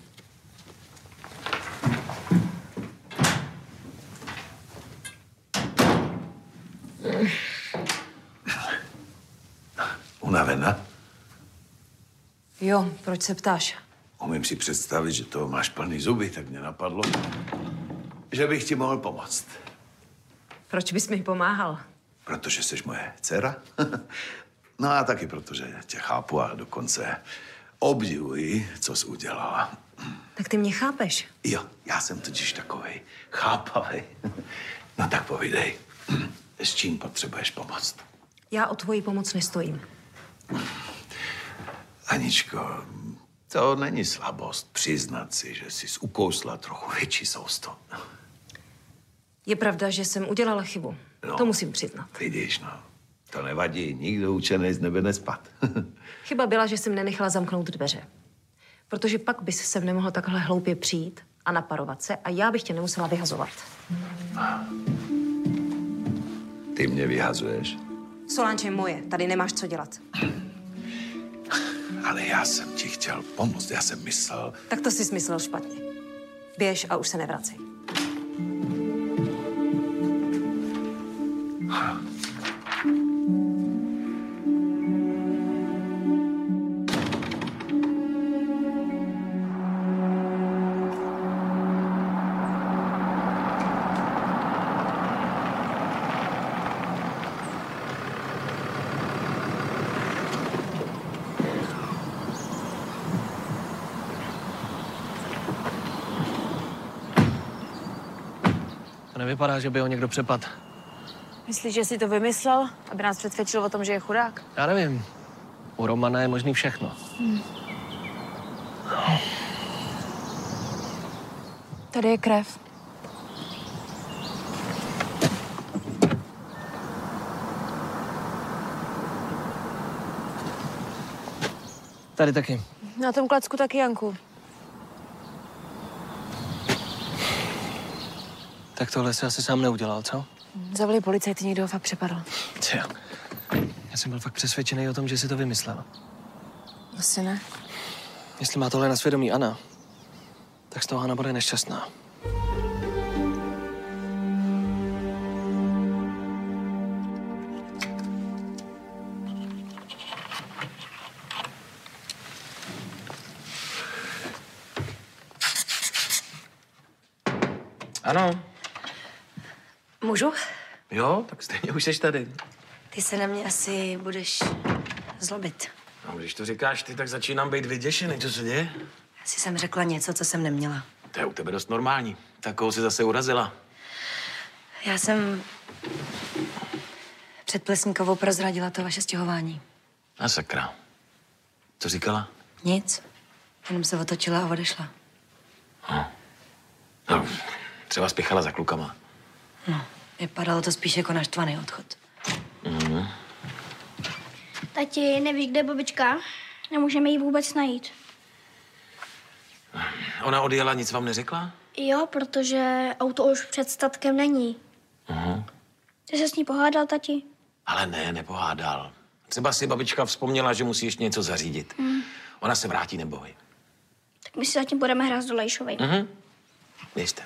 Speaker 14: Unavena?
Speaker 24: Jo, proč se ptáš?
Speaker 14: Umím si představit, že toho máš plný zuby, tak mě napadlo, že bych ti mohl pomoct.
Speaker 24: Proč bys mi pomáhal?
Speaker 14: Protože jsi moje dcera. no a taky protože tě chápu a dokonce obdivuji, co jsi udělala.
Speaker 24: Tak ty mě chápeš.
Speaker 14: Jo, já jsem totiž takovej chápavej. no tak povídej, s čím potřebuješ pomoct?
Speaker 24: Já o tvoji pomoc nestojím.
Speaker 14: Aničko, to není slabost přiznat si, že jsi ukousla trochu větší sousto.
Speaker 24: Je pravda, že jsem udělala chybu.
Speaker 14: No.
Speaker 24: To musím přiznat.
Speaker 14: Vidíš, no. To nevadí, nikdo učený z nebe nespad.
Speaker 24: Chyba byla, že jsem nenechala zamknout dveře. Protože pak bys sem nemohla takhle hloupě přijít a naparovat se a já bych tě nemusela vyhazovat.
Speaker 14: Ty mě vyhazuješ,
Speaker 24: Solánče je moje, tady nemáš co dělat.
Speaker 14: ale já jsem ti chtěl pomoct. Já jsem myslel,
Speaker 24: Tak to si smyslel špatně. Běž a už se nevracej.
Speaker 5: To nevypadá, že by ho někdo přepad.
Speaker 3: Myslíš, že si to vymyslel, aby nás přesvědčil o tom, že je chudák?
Speaker 5: Já nevím. U Romana je možný všechno.
Speaker 3: Hmm. Tady je krev.
Speaker 5: Tady taky.
Speaker 3: Na tom klacku taky Janku.
Speaker 5: Tak tohle si asi sám neudělal, co?
Speaker 3: Zavolej policajty, někdo ho fakt přepadl.
Speaker 5: Ty jo. Já jsem byl fakt přesvědčený o tom, že si to vymyslel.
Speaker 3: Asi ne.
Speaker 5: Jestli má tohle na svědomí Ana, tak z toho Ana bude nešťastná. Ano,
Speaker 27: Můžu?
Speaker 5: jo, tak stejně už jsi tady.
Speaker 27: Ty se na mě asi budeš zlobit.
Speaker 17: No, když to říkáš ty, tak začínám být vyděšený. Co se děje?
Speaker 27: Asi jsem řekla něco, co jsem neměla.
Speaker 17: To je u tebe dost normální. Takovou si zase urazila.
Speaker 27: Já jsem před Plesníkovou prozradila to vaše stěhování.
Speaker 17: A sakra. Co říkala?
Speaker 27: Nic. Jenom se otočila a odešla.
Speaker 17: No, třeba spěchala za klukama.
Speaker 27: No.
Speaker 24: Vypadalo to spíš jako naštvaný odchod.
Speaker 30: Mhm.
Speaker 15: Tati, nevíš, kde je babička? Nemůžeme ji vůbec najít.
Speaker 17: Ona odjela, nic vám neřekla?
Speaker 15: Jo, protože auto už před statkem není.
Speaker 17: Aha.
Speaker 15: Ty se s ní pohádal, tati?
Speaker 17: Mhm. Ale ne, nepohádal. Třeba si babička vzpomněla, že musí ještě něco zařídit.
Speaker 15: Hm.
Speaker 17: Ona se vrátí, neboj.
Speaker 15: Tak my si zatím budeme hrát s Dolejšovej.
Speaker 17: Mhm. Nejste.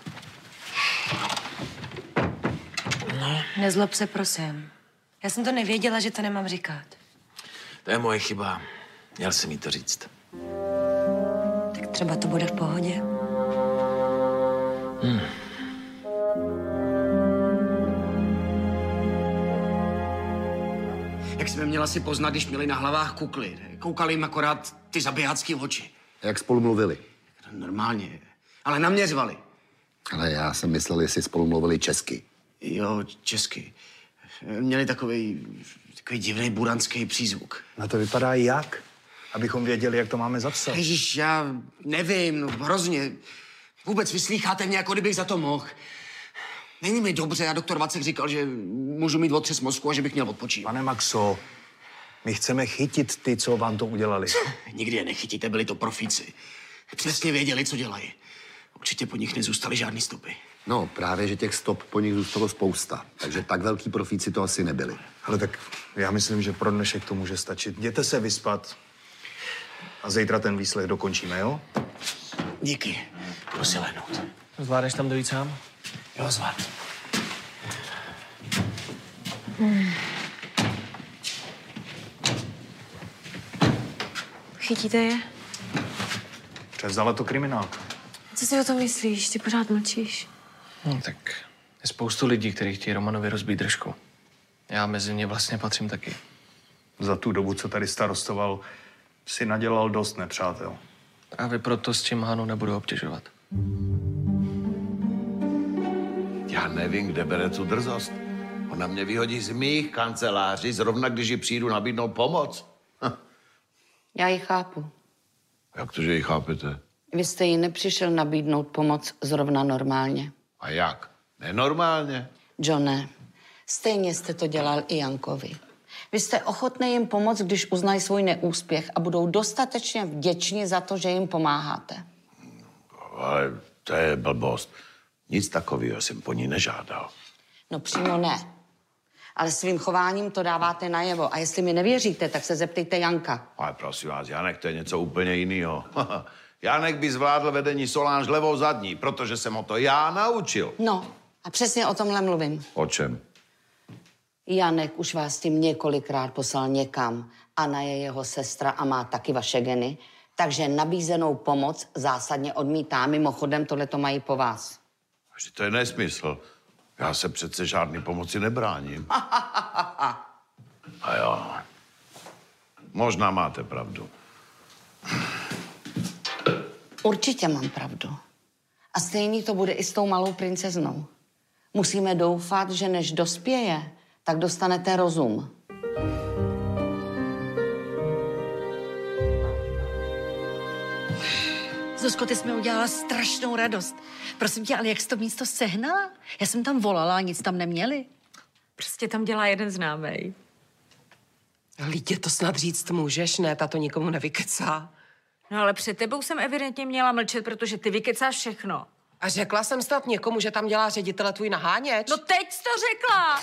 Speaker 17: No,
Speaker 24: Nezlob se, prosím. Já jsem to nevěděla, že to nemám říkat.
Speaker 17: To je moje chyba. Měl jsem jí to říct.
Speaker 24: Tak třeba to bude v pohodě.
Speaker 17: Hmm.
Speaker 6: Jak jsme měla si poznat, když měli na hlavách kukly. ne? Koukali jim akorát ty zabijácký oči.
Speaker 31: Jak spolu mluvili?
Speaker 6: Normálně. Ale na mě zvali.
Speaker 31: Ale já jsem myslel, jestli spolu mluvili česky.
Speaker 6: Jo, česky. Měli takový, takový divný buranský přízvuk.
Speaker 13: Na to vypadá jak? Abychom věděli, jak to máme zapsat.
Speaker 6: Ježíš, já nevím, no hrozně. Vůbec vyslýcháte mě, jako kdybych za to mohl. Není mi dobře a doktor Vacek říkal, že můžu mít otřes mozku a že bych měl odpočívat.
Speaker 13: Pane Maxo, my chceme chytit ty, co vám to udělali.
Speaker 6: Nikdy je nechytíte, byli to profíci. Přesně věděli, co dělají. Určitě po nich nezůstaly žádný stopy.
Speaker 31: No, právě, že těch stop po nich zůstalo spousta. Takže tak velký profíci to asi nebyli.
Speaker 13: Ale tak já myslím, že pro dnešek to může stačit. Jděte se vyspat a zítra ten výslech dokončíme, jo?
Speaker 6: Díky. Jdu si lehnout.
Speaker 17: Zvládneš tam dojít sám?
Speaker 6: Jo, zvládnu.
Speaker 23: Hmm. Chytíte je?
Speaker 13: Převzala to kriminálka.
Speaker 23: Co si o tom myslíš? Ty pořád mlčíš.
Speaker 17: No, tak je spoustu lidí, kteří chtějí Romanovi rozbít držku. Já mezi ně vlastně patřím taky.
Speaker 13: Za tu dobu, co tady starostoval, si nadělal dost nepřátel.
Speaker 17: Právě proto s tím Hanu nebudu obtěžovat.
Speaker 14: Já nevím, kde bere tu drzost. Ona mě vyhodí z mých kanceláří, zrovna když ji přijdu nabídnout pomoc.
Speaker 13: Já ji chápu.
Speaker 14: Jak to, že ji chápete?
Speaker 13: Vy jste jí nepřišel nabídnout pomoc zrovna normálně.
Speaker 14: A jak? Nenormálně.
Speaker 13: Johne, stejně jste to dělal i Jankovi. Vy jste ochotný jim pomoct, když uznají svůj neúspěch a budou dostatečně vděční za to, že jim pomáháte.
Speaker 14: Ale to je blbost. Nic takového jsem po ní nežádal.
Speaker 13: No přímo ne. Ale svým chováním to dáváte najevo. A jestli mi nevěříte, tak se zeptejte Janka.
Speaker 14: Ale prosím vás, Janek, to je něco úplně jiného. Janek by zvládl vedení Solange levou zadní, protože jsem ho to já naučil.
Speaker 13: No, a přesně o tomhle mluvím.
Speaker 14: O čem?
Speaker 13: Janek už vás tím několikrát poslal někam. Anna je jeho sestra a má taky vaše geny. Takže nabízenou pomoc zásadně odmítá. Mimochodem, tohle to mají po vás.
Speaker 14: Že to je nesmysl. Já se přece žádný pomoci nebráním. A jo. Možná máte pravdu.
Speaker 13: Určitě mám pravdu. A stejný to bude i s tou malou princeznou. Musíme doufat, že než dospěje, tak dostanete rozum.
Speaker 7: Zuzko, ty jsi mi udělala strašnou radost. Prosím tě, ale jak jsi to místo sehnala? Já jsem tam volala a nic tam neměli.
Speaker 23: Prostě tam dělá jeden známý.
Speaker 3: Lítě to snad říct můžeš, ne? Ta to nikomu nevykecá.
Speaker 23: No ale před tebou jsem evidentně měla mlčet, protože ty vykecáš všechno.
Speaker 3: A řekla jsem snad někomu, že tam dělá ředitele tvůj naháněč.
Speaker 23: No teď jsi to řekla!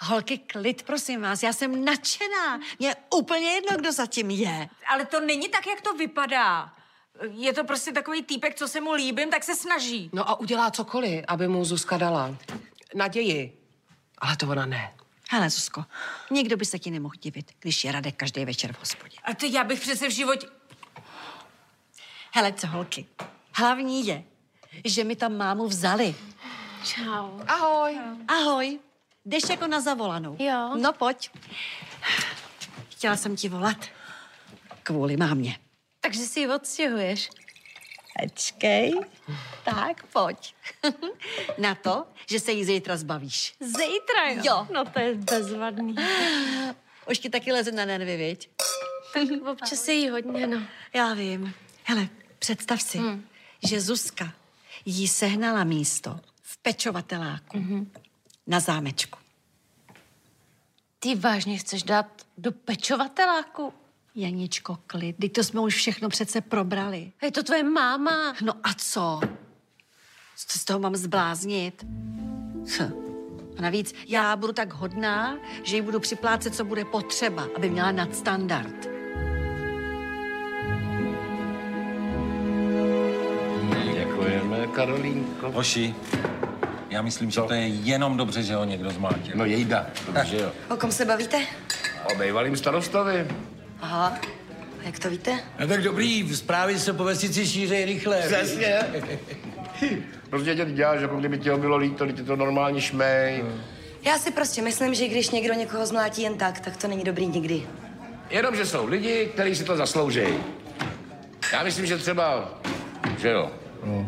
Speaker 7: Holky, klid, prosím vás, já jsem nadšená. Mně je úplně jedno, kdo zatím je.
Speaker 23: Ale to není tak, jak to vypadá. Je to prostě takový týpek, co se mu líbím, tak se snaží.
Speaker 3: No a udělá cokoliv, aby mu Zuzka dala. Naději. Ale to ona ne.
Speaker 7: Hele, Zuzko, nikdo by se ti nemohl divit, když je Radek každý večer v hospodě.
Speaker 23: A to já bych přece v životě...
Speaker 7: Hele, co holky, hlavní je, že mi tam mámu vzali.
Speaker 23: Čau.
Speaker 3: Ahoj.
Speaker 7: Ahoj. Jdeš jako na zavolanou. Jo. No pojď. Chtěla jsem ti volat. Kvůli mámě.
Speaker 10: Takže si ji odstěhuješ.
Speaker 7: Ačkej. Tak, pojď. na to, že se jí zítra zbavíš.
Speaker 10: Zítra jo. jo. No to je bezvadný.
Speaker 7: Už ti taky leze na nervy, viď?
Speaker 10: Tak občas se jí hodně, no.
Speaker 7: Já vím. Hele, představ si, hmm. že Zuzka jí sehnala místo v pečovateláku. Mm-hmm. na zámečku.
Speaker 10: Ty vážně chceš dát do pečovateláku?
Speaker 7: Janičko, klid, teď to jsme už všechno přece probrali.
Speaker 10: Je to tvoje máma.
Speaker 7: No a co? Co z toho mám zbláznit? Hm. A navíc já budu tak hodná, že jí budu připlácet, co bude potřeba, aby měla nadstandard.
Speaker 31: Děkujeme, Karolínko. Hoši, já myslím, že to je jenom dobře, že ho někdo zmátil. No jejda, dobře jo.
Speaker 24: O kom se bavíte?
Speaker 31: O bývalým starostovi.
Speaker 24: Aha, a jak to víte?
Speaker 31: No tak dobrý, zprávy se po vesnici šířejí rychle.
Speaker 32: Přesně. Prostě tě děláš, jako kdyby ti ho bylo líto, ty to normální šmej.
Speaker 31: Hmm.
Speaker 24: Já si prostě myslím, že když někdo někoho zmlátí jen tak, tak to není dobrý nikdy.
Speaker 31: Jenom, že jsou lidi, kteří si to zaslouží. Já myslím, že třeba, že jo. No.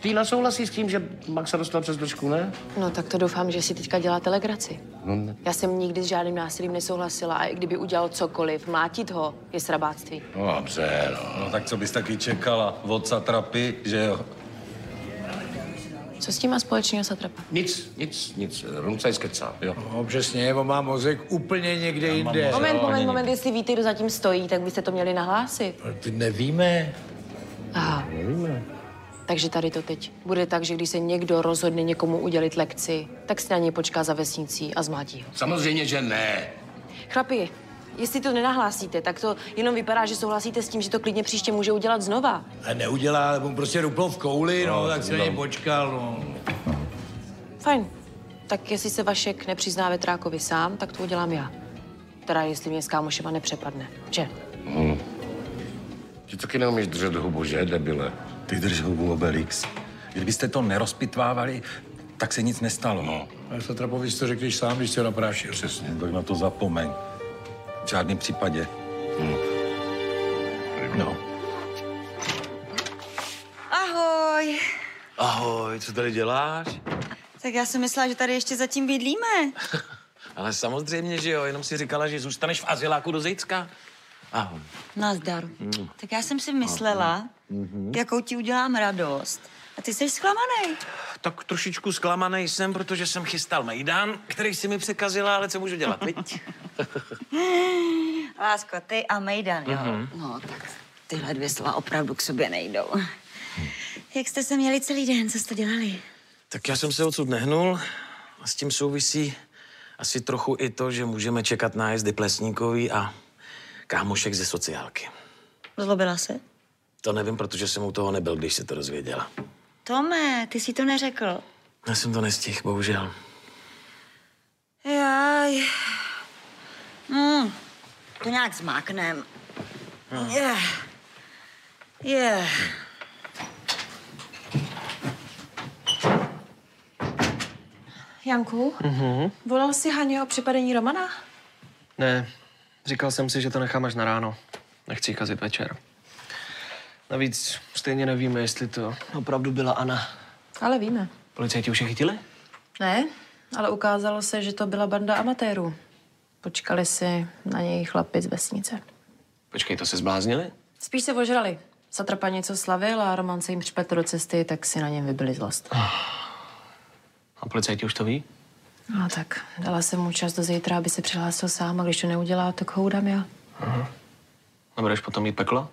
Speaker 31: Ty nasouhlasí s tím, že Maxa dostal přes držku, ne?
Speaker 3: No tak to doufám, že si teďka děláte legraci.
Speaker 31: No, ne.
Speaker 3: Já jsem nikdy s žádným násilím nesouhlasila a i kdyby udělal cokoliv, mlátit ho je srabáctví.
Speaker 31: No dobře, no.
Speaker 15: no. tak co bys taky čekala od satrapy, že jo?
Speaker 3: Co s tím má společného satrapa?
Speaker 31: Nic, nic, nic. Rumcaj skecá, jo.
Speaker 16: No přesně, on má mozek úplně někde já jinde.
Speaker 3: Moment, moment, moment, jestli víte, kdo zatím stojí, tak byste to měli nahlásit.
Speaker 16: Ty nevíme.
Speaker 3: Aha.
Speaker 16: Nevíme.
Speaker 3: Takže tady to teď bude tak, že když se někdo rozhodne někomu udělit lekci, tak si na něj počká za vesnicí a zmlátí ho.
Speaker 31: Samozřejmě, že ne.
Speaker 3: Chlapi, jestli to nenahlásíte, tak to jenom vypadá, že souhlasíte s tím, že to klidně příště může udělat znova.
Speaker 16: A neudělá, ale on prostě ruplo v kouli, no,
Speaker 15: No,
Speaker 16: no tak
Speaker 15: to
Speaker 16: se na
Speaker 15: udělal.
Speaker 16: něj počkal, no.
Speaker 3: Fajn. Tak jestli se Vašek nepřizná Vetrákovi sám, tak to udělám já. Teda jestli mě s kámošema nepřepadne, že?
Speaker 31: Hmm. Ty taky neumíš držet hubu, že, debile?
Speaker 15: Ty drž hubu, Obelix. Kdybyste to nerozpitvávali, tak se nic nestalo. No.
Speaker 16: Ale Satrapovič to řekl sám, když se naprášil.
Speaker 15: Přesně, tak na to zapomeň. V žádném případě. Hmm. No.
Speaker 16: Ahoj.
Speaker 17: Ahoj, co tady děláš?
Speaker 16: Tak já jsem myslela, že tady ještě zatím bydlíme.
Speaker 17: Ale samozřejmě, že jo, jenom si říkala, že zůstaneš v azyláku do Zejcka. Ahoj.
Speaker 16: Nazdar.
Speaker 17: Mm.
Speaker 16: Tak já jsem si myslela,
Speaker 17: Mhm.
Speaker 16: jakou ti udělám radost. A ty jsi zklamaný.
Speaker 17: Tak trošičku zklamaný jsem, protože jsem chystal mejdan, který si mi překazila, ale co můžu dělat, viď?
Speaker 16: Lásko, ty a Mejdan, jo.
Speaker 17: Mhm.
Speaker 16: No, tak tyhle dvě slova opravdu k sobě nejdou.
Speaker 17: Hm.
Speaker 16: Jak jste se měli celý den, co jste dělali?
Speaker 17: Tak já jsem se odsud nehnul a s tím souvisí asi trochu i to, že můžeme čekat nájezdy Plesníkový a kámošek ze sociálky.
Speaker 16: Zlobila se?
Speaker 17: To nevím, protože jsem u toho nebyl, když se to dozvěděla.
Speaker 16: Tome, ty si to neřekl.
Speaker 17: Já jsem to nestihl, bohužel.
Speaker 16: Jaj. Mm, to nějak zmáknem. Je. Je.
Speaker 3: Janku,
Speaker 5: Mhm.
Speaker 3: volal jsi Haně o připadení Romana?
Speaker 5: Ne, říkal jsem si, že to nechám až na ráno. Nechci jí kazit večer. Navíc stejně nevíme, jestli to opravdu byla Anna.
Speaker 3: Ale víme.
Speaker 5: Policajti už je chytili?
Speaker 3: Ne, ale ukázalo se, že to byla banda amatérů. Počkali si na něj chlapi z vesnice.
Speaker 5: Počkej, to se zbláznili?
Speaker 3: Spíš se ožrali. Satrapa něco slavil a Roman se jim připletl do cesty, tak si na něm vybili zlost.
Speaker 5: A policajti už to ví?
Speaker 3: No tak, dala jsem mu čas do zítra, aby se přihlásil sám a když to neudělá, tak ho udám já.
Speaker 5: Nebudeš potom mít peklo?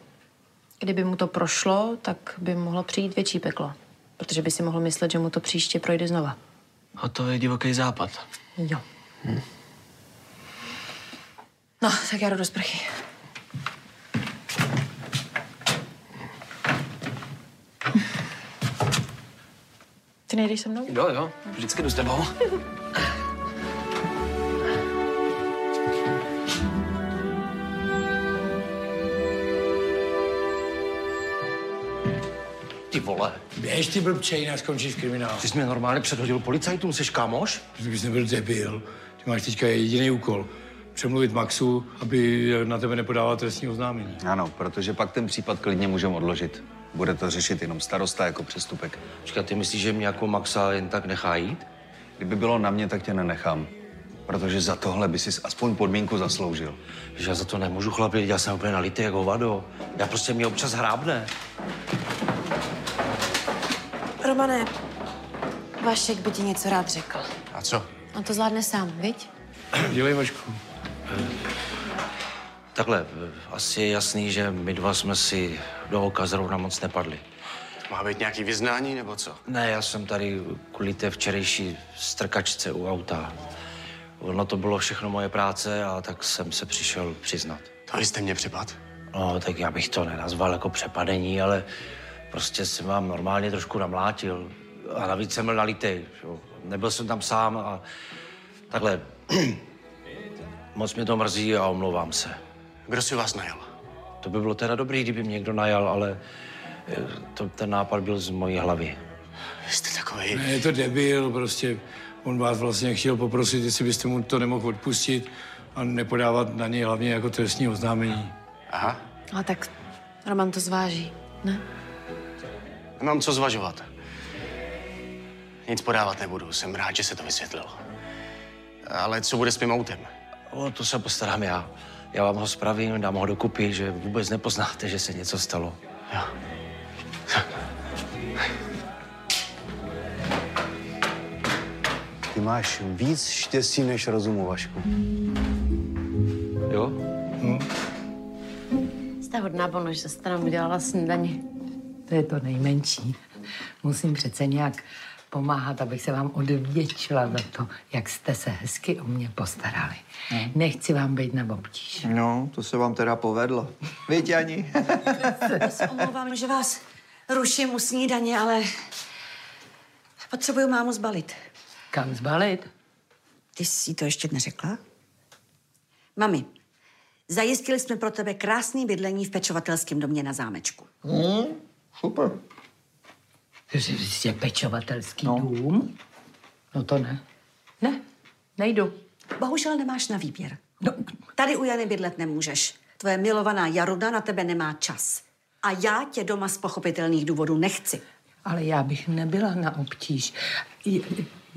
Speaker 3: Kdyby mu to prošlo, tak by mohlo přijít větší peklo. Protože by si mohl myslet, že mu to příště projde znova.
Speaker 5: A to je divoký západ.
Speaker 3: Jo. No, tak já jdu do sprchy. Ty nejdeš se mnou?
Speaker 5: Jo, jo, vždycky jdu s tebou.
Speaker 31: Ty vole.
Speaker 16: Běž ty blbčej, jinak skončíš v kriminálu.
Speaker 31: Ty jsi mě normálně předhodil policajtům, seš kámoš?
Speaker 16: Ty bys nebyl debil. Ty máš teďka jediný úkol. Přemluvit Maxu, aby na tebe nepodával trestní oznámení.
Speaker 33: Ano, protože pak ten případ klidně můžeme odložit. Bude to řešit jenom starosta jako přestupek. Počkat, ty myslíš, že mě jako Maxa jen tak nechá jít? Kdyby bylo na mě, tak tě nenechám. Protože za tohle by si aspoň podmínku zasloužil.
Speaker 17: Že já za to nemůžu, chlapi, já jsem úplně nalitý jako vado. Já prostě mě občas hrábne.
Speaker 3: Romane, Vašek by ti něco rád řekl.
Speaker 21: A co?
Speaker 3: On to zvládne sám, viď?
Speaker 21: Dělej, Vašku.
Speaker 33: Takhle, eh, asi je jasný, že my dva jsme si do oka zrovna moc nepadli.
Speaker 21: Má být nějaký vyznání nebo co?
Speaker 33: Ne, já jsem tady kvůli té včerejší strkačce u auta. Ono to bylo všechno moje práce a tak jsem se přišel přiznat.
Speaker 21: To jste mě přepad?
Speaker 33: No, tak já bych to nenazval jako přepadení, ale prostě jsem vám normálně trošku namlátil. A navíc jsem byl nalitej. jo. Nebyl jsem tam sám a takhle. Moc mě to mrzí a omlouvám se.
Speaker 21: Kdo si vás najal?
Speaker 33: To by bylo teda dobrý, kdyby mě někdo najal, ale eh, to, ten nápad byl z mojí hlavy.
Speaker 21: Jste takový.
Speaker 31: Ne, je to debil, prostě. On vás vlastně chtěl poprosit, jestli byste mu to nemohl odpustit a nepodávat na něj hlavně jako trestní oznámení.
Speaker 21: Aha.
Speaker 3: A tak Roman to zváží, ne?
Speaker 21: Nemám co zvažovat. Nic podávat nebudu, jsem rád, že se to vysvětlilo. Ale co bude s mým autem?
Speaker 33: O, to se postarám já. Já vám ho spravím, dám ho dokupy, že vůbec nepoznáte, že se něco stalo.
Speaker 11: Ty máš víc štěstí než rozumu, Vašku.
Speaker 33: Jo?
Speaker 6: Hm.
Speaker 10: Jste hodná, Bono, že jste nám udělala snídaní.
Speaker 20: To je to nejmenší. Musím přece nějak pomáhat, abych se vám odvděčila za to, jak jste se hezky o mě postarali. Nechci vám být na obtíž.
Speaker 11: No, to se vám teda povedlo. Víte, Ani?
Speaker 7: Já se omlouvám, že vás ruším u snídaně, ale potřebuju mámu zbalit.
Speaker 20: Kam zbalit?
Speaker 7: Ty jsi jí to ještě neřekla? Mami, zajistili jsme pro tebe krásný bydlení v pečovatelském domě na zámečku.
Speaker 11: Hmm, super.
Speaker 20: Že jste prostě pečovatelský no. dům? No to ne.
Speaker 7: Ne, nejdu. Bohužel nemáš na výběr. No. Tady u Jany bydlet nemůžeš. Tvoje milovaná Jaruda na tebe nemá čas. A já tě doma z pochopitelných důvodů nechci.
Speaker 20: Ale já bych nebyla na obtíž. J-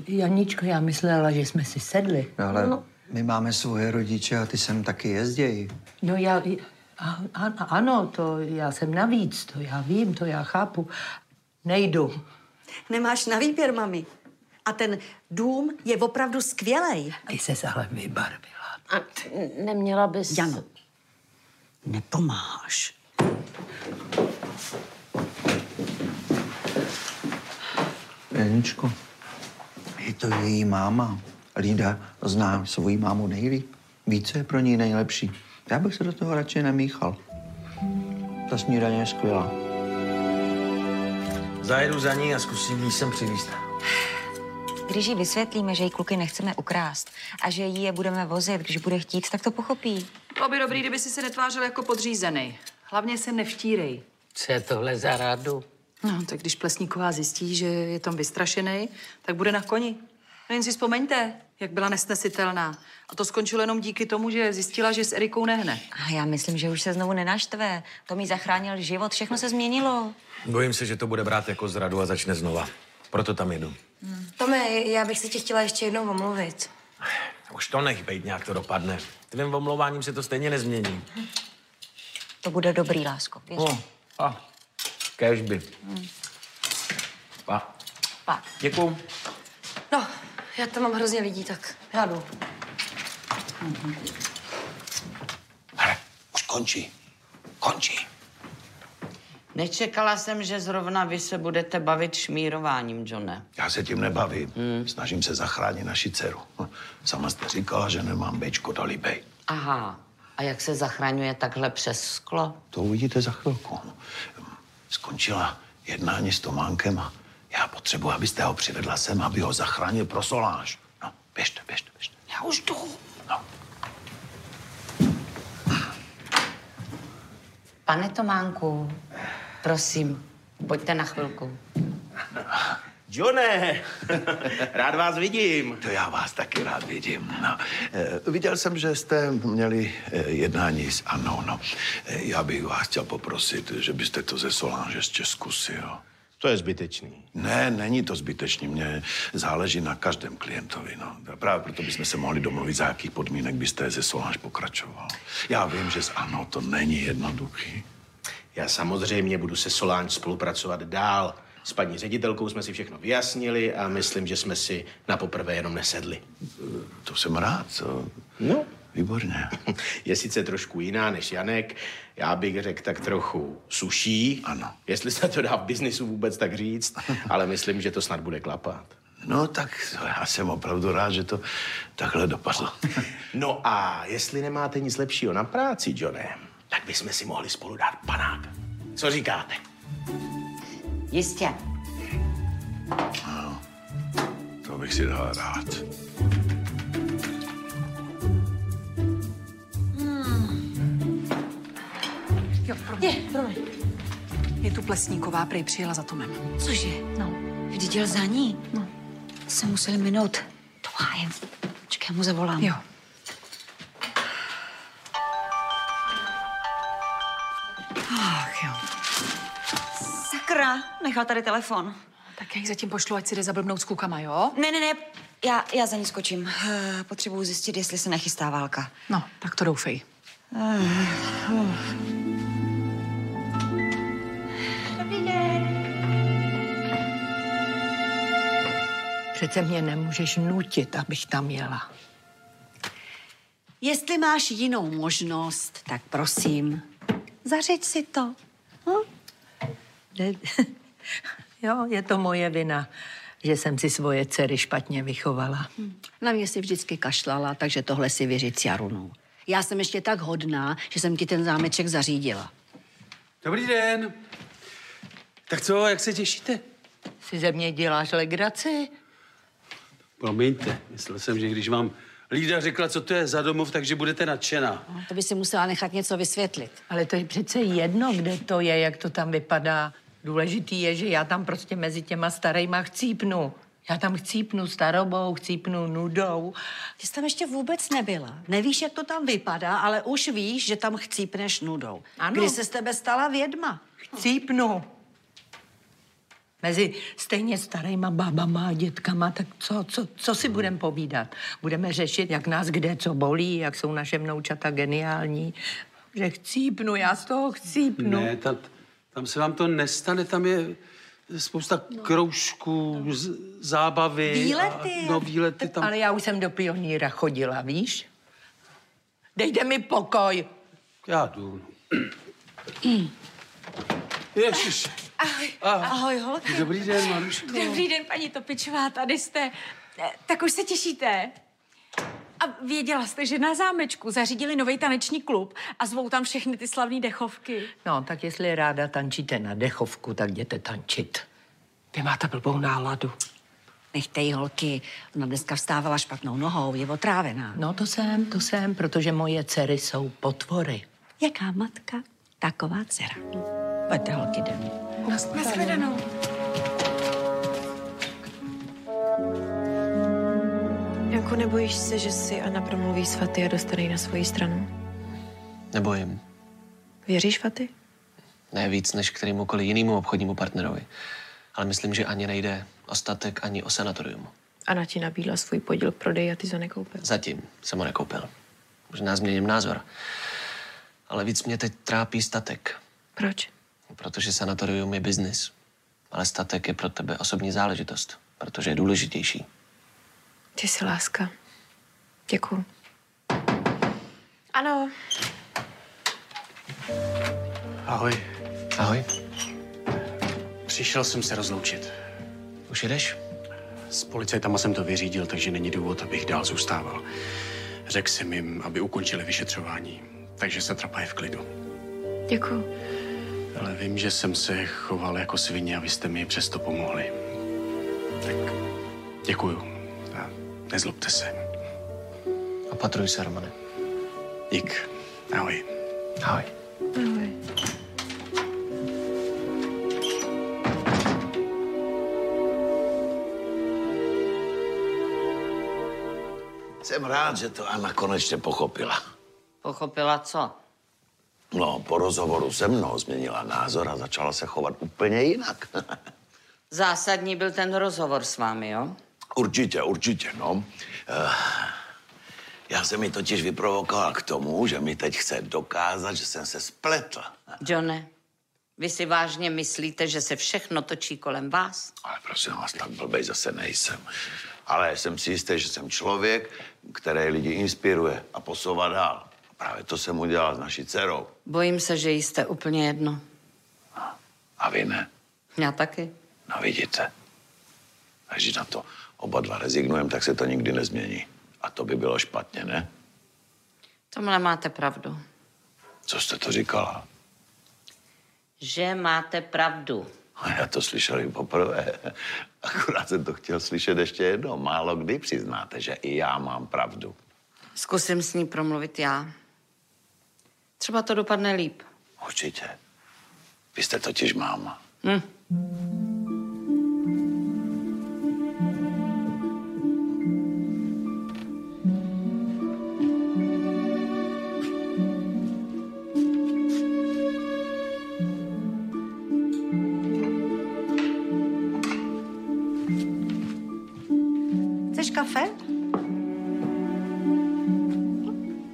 Speaker 20: Janíčko, já myslela, že jsme si sedli.
Speaker 11: No, ale no. my máme svoje rodiče a ty sem taky jezdějí.
Speaker 20: No já, a, a, ano, to já jsem navíc, to já vím, to já chápu. Nejdu.
Speaker 7: Nemáš na výběr, mami. A ten dům je opravdu skvělej.
Speaker 20: Ty se ale vybarvila.
Speaker 10: A neměla bys... Jano.
Speaker 7: Nepomáháš.
Speaker 11: Janičko, je to její máma. Lída zná svoji mámu nejlíp. Ví, co je pro ní nejlepší. Já bych se do toho radši nemíchal. Ta snídaně je skvělá.
Speaker 17: Zajedu za ní a zkusím jí sem přivést.
Speaker 16: Když jí vysvětlíme, že jí kluky nechceme ukrást a že jí je budeme vozit, když bude chtít, tak to pochopí.
Speaker 20: Bylo by dobrý, kdyby si se netvářil jako podřízený. Hlavně se nevtírej.
Speaker 34: Co je tohle za radu?
Speaker 24: No, tak když Plesníková zjistí, že je tam vystrašený, tak bude na koni. No jen si vzpomeňte, jak byla nesnesitelná. A to skončilo jenom díky tomu, že zjistila, že s Erikou nehne.
Speaker 16: A já myslím, že už se znovu nenaštve. To mi zachránil život, všechno se změnilo.
Speaker 17: Bojím se, že to bude brát jako zradu a začne znova. Proto tam jedu.
Speaker 16: Tome, já bych se ti chtěla ještě jednou omluvit.
Speaker 17: Už to nech bejt, nějak to dopadne. Tvým omlouváním se to stejně nezmění.
Speaker 16: To bude dobrý, lásko. Věř.
Speaker 17: No, a kežby.
Speaker 16: Hm.
Speaker 17: Pa.
Speaker 16: Pa.
Speaker 17: Děkuju.
Speaker 16: No, já tam mám hrozně lidí, tak já jdu.
Speaker 14: Už končí. Končí.
Speaker 13: Nečekala jsem, že zrovna vy se budete bavit šmírováním, Johne.
Speaker 14: Já se tím nebavím. Snažím se zachránit naši dceru. Hm. Sama jste říkala, že nemám bečko do libej.
Speaker 13: Aha. A jak se zachraňuje takhle přes sklo?
Speaker 14: To uvidíte za chvilku. Skončila jednání s Tománkem a já potřebuji, abyste ho přivedla sem, aby ho zachránil pro soláž. No, běžte, běžte, běžte.
Speaker 13: Já už jdu. No. Pane Tománku, prosím, pojďte na chvilku.
Speaker 21: Johne, rád vás vidím.
Speaker 14: To já vás taky rád vidím. No. Eh, viděl jsem, že jste měli eh, jednání s Anou. No. Eh, já bych vás chtěl poprosit, že byste to ze Solange ještě zkusil.
Speaker 21: To je zbytečný.
Speaker 14: Ne, není to zbytečný. Mně záleží na každém klientovi. No. A Právě proto bychom se mohli domluvit, za jakých podmínek byste ze Solange pokračoval. Já vím, že s Anou to není jednoduchý.
Speaker 21: Já samozřejmě budu se Solange spolupracovat dál. S paní ředitelkou jsme si všechno vyjasnili a myslím, že jsme si na poprvé jenom nesedli.
Speaker 14: To jsem rád. To...
Speaker 21: No.
Speaker 14: Výborně.
Speaker 21: Je sice trošku jiná než Janek, já bych řekl tak trochu suší. Ano. Jestli se to dá v biznisu vůbec tak říct, ale myslím, že to snad bude klapat.
Speaker 14: No tak já jsem opravdu rád, že to takhle dopadlo.
Speaker 21: No a jestli nemáte nic lepšího na práci, Johne, tak bychom si mohli spolu dát panák. Co říkáte?
Speaker 13: Jistě.
Speaker 14: To bych si dal rád.
Speaker 24: Jo, promiň. Je, promiň. Je tu Plesníková, prej přijela za Tomem.
Speaker 16: Cože? No, vždyť jel za ní. No, se museli minout. To hájem. Počkej, já mu zavolám. Jo.
Speaker 24: Ach jo.
Speaker 16: Sakra, nechal tady telefon.
Speaker 24: Tak já ji zatím pošlu, ať si jde zablbnout s klukama, jo?
Speaker 16: Ne, ne, ne, já, já za ní skočím. Eh, Potřebuju zjistit, jestli se nechystá válka.
Speaker 24: No, tak to doufej.
Speaker 20: Přece mě nemůžeš nutit, abych tam jela.
Speaker 23: Jestli máš jinou možnost, tak prosím, zařiď si to.
Speaker 20: Ne- Jo, je to moje vina, že jsem si svoje dcery špatně vychovala.
Speaker 7: Na mě si vždycky kašlala, takže tohle si vyřiď s Jarunou. Já jsem ještě tak hodná, že jsem ti ten zámeček zařídila.
Speaker 35: Dobrý den. Tak co, jak se těšíte?
Speaker 20: Si ze mě děláš legraci?
Speaker 9: Promiňte, myslel jsem, že když vám Lída řekla, co to je za domov, takže budete nadšená.
Speaker 7: No, To by si musela nechat něco vysvětlit.
Speaker 20: Ale to je přece jedno, kde to je, jak to tam vypadá. Důležitý je, že já tam prostě mezi těma starejma chcípnu. Já tam chcípnu starobou, chcípnu nudou.
Speaker 7: Ty jsi tam ještě vůbec nebyla. Nevíš, jak to tam vypadá, ale už víš, že tam chcípneš nudou.
Speaker 20: Ano.
Speaker 7: Kdy se z tebe stala vědma?
Speaker 20: Chcípnu. Mezi stejně starýma babama a dětkama, tak co, co, co si budeme povídat? Budeme řešit, jak nás kde co bolí, jak jsou naše vnoučata geniální. Že chcípnu, já z toho chcípnu.
Speaker 9: Ne, ta, tam se vám to nestane, tam je spousta kroužků, z, zábavy. A, no, výlety tam.
Speaker 20: Ale já už jsem do pioníra chodila, víš? Dejte mi pokoj.
Speaker 9: Já jdu. no. Ježiš.
Speaker 23: Ahoj.
Speaker 9: Ahoj.
Speaker 23: Ahoj, holky.
Speaker 9: Dobrý den, Maruško.
Speaker 23: Dobrý den, paní Topičová, tady jste. Eh, Tak už se těšíte. A věděla jste, že na zámečku zařídili nový taneční klub a zvou tam všechny ty slavné dechovky.
Speaker 20: No, tak jestli ráda tančíte na dechovku, tak jděte tančit. Vy máte blbou náladu.
Speaker 7: Nechte jí holky. Ona dneska vstávala špatnou nohou, je otrávená.
Speaker 20: No to jsem, to jsem, protože moje dcery jsou potvory.
Speaker 7: Jaká matka, taková dcera. Pojďte holky, jdeme.
Speaker 23: Nashledanou.
Speaker 6: Janko, nebojíš se, že si Anna promluví s Faty a dostane ji na svoji stranu?
Speaker 5: Nebojím.
Speaker 6: Věříš Faty?
Speaker 5: Ne víc než kterémukoliv jinému obchodnímu partnerovi. Ale myslím, že ani nejde o statek, ani o sanatorium.
Speaker 6: Anna ti nabídla svůj podíl k prodeji a ty to nekoupil.
Speaker 5: Zatím jsem ho nekoupil. Možná změním názor. Ale víc mě teď trápí statek,
Speaker 6: Proč?
Speaker 5: protože sanatorium je biznis. Ale statek je pro tebe osobní záležitost, protože je důležitější.
Speaker 6: Ty jsi láska. Děkuju. Ano.
Speaker 5: Ahoj. Ahoj.
Speaker 6: Přišel jsem se rozloučit.
Speaker 5: Už jedeš?
Speaker 6: S policajtama jsem to vyřídil, takže není důvod, abych dál zůstával. Řekl jsem jim, aby ukončili vyšetřování, takže se trapa je v klidu. Děkuju. Ale vím, že jsem se choval jako svině a vy jste mi je přesto pomohli. Tak děkuju a nezlobte se.
Speaker 5: Opatruj se, Romane.
Speaker 6: Dík. Ahoj.
Speaker 5: Ahoj.
Speaker 6: Ahoj.
Speaker 14: Jsem rád, že to Anna konečně pochopila.
Speaker 13: Pochopila co?
Speaker 14: No, po rozhovoru se mnou změnila názor a začala se chovat úplně jinak.
Speaker 13: Zásadní byl ten rozhovor s vámi, jo?
Speaker 14: určitě, určitě, no. Eh, Já jsem ji totiž vyprovokoval k tomu, že mi teď chce dokázat, že jsem se spletl.
Speaker 13: Johne, Vy si vážně myslíte, že se všechno točí kolem vás?
Speaker 14: Ale prosím vás, tak blbej zase nejsem. Ale jsem si jistý, že jsem člověk, který lidi inspiruje a posouvá dál. A právě to jsem udělal s naší dcerou.
Speaker 13: Bojím se, že jste úplně jedno.
Speaker 14: A vy ne.
Speaker 13: Já taky.
Speaker 14: No vidíte. A když na to oba dva rezignujeme, tak se to nikdy nezmění. A to by bylo špatně, ne?
Speaker 13: Tomhle máte pravdu.
Speaker 14: Co jste to říkala?
Speaker 13: Že máte pravdu.
Speaker 14: A já to slyšel i poprvé. Akorát jsem to chtěl slyšet ještě jednou. Málo kdy přiznáte, že i já mám pravdu.
Speaker 13: Zkusím s ní promluvit já. Třeba to dopadne líp.
Speaker 14: Určitě. Vy jste totiž máma.
Speaker 13: Hm.
Speaker 7: Chceš kafe?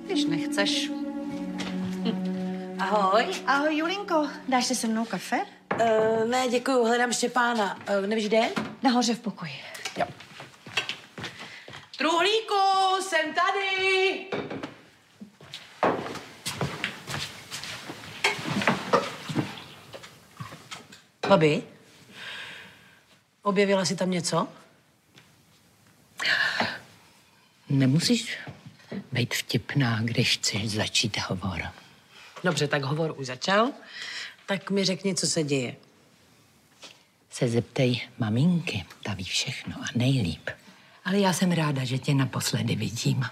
Speaker 7: Když nechceš.
Speaker 3: Ahoj.
Speaker 7: Ahoj, Julinko. Dáš si se mnou kafe?
Speaker 3: Uh, ne, děkuju, hledám Štěpána. Uh, nevíš, kde? je?
Speaker 7: Nahoře v pokoji.
Speaker 3: Truhlíku, jsem tady! Babi, objevila jsi tam něco?
Speaker 20: Nemusíš být vtipná, když chceš začít hovor.
Speaker 3: Dobře, tak hovor už začal. Tak mi řekni, co se děje.
Speaker 20: Se zeptej maminky, ta ví všechno a nejlíp. Ale já jsem ráda, že tě naposledy vidím.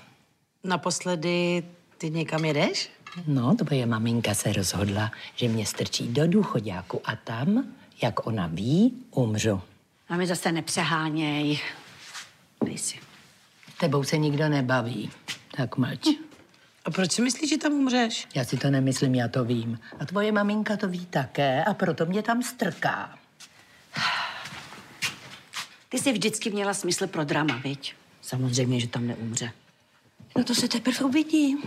Speaker 3: Naposledy ty někam jedeš?
Speaker 20: No, tvoje maminka se rozhodla, že mě strčí do důchodáku a tam, jak ona ví, umřu.
Speaker 7: A mi zase nepřeháněj. Nejsi.
Speaker 20: Tebou se nikdo nebaví. Tak mlč.
Speaker 3: A proč si myslíš, že tam umřeš?
Speaker 20: Já si to nemyslím, já to vím. A tvoje maminka to ví také a proto mě tam strká.
Speaker 7: Ty jsi vždycky měla smysl pro drama, viď?
Speaker 3: Samozřejmě, že tam neumře.
Speaker 7: No to se teprve uvidí.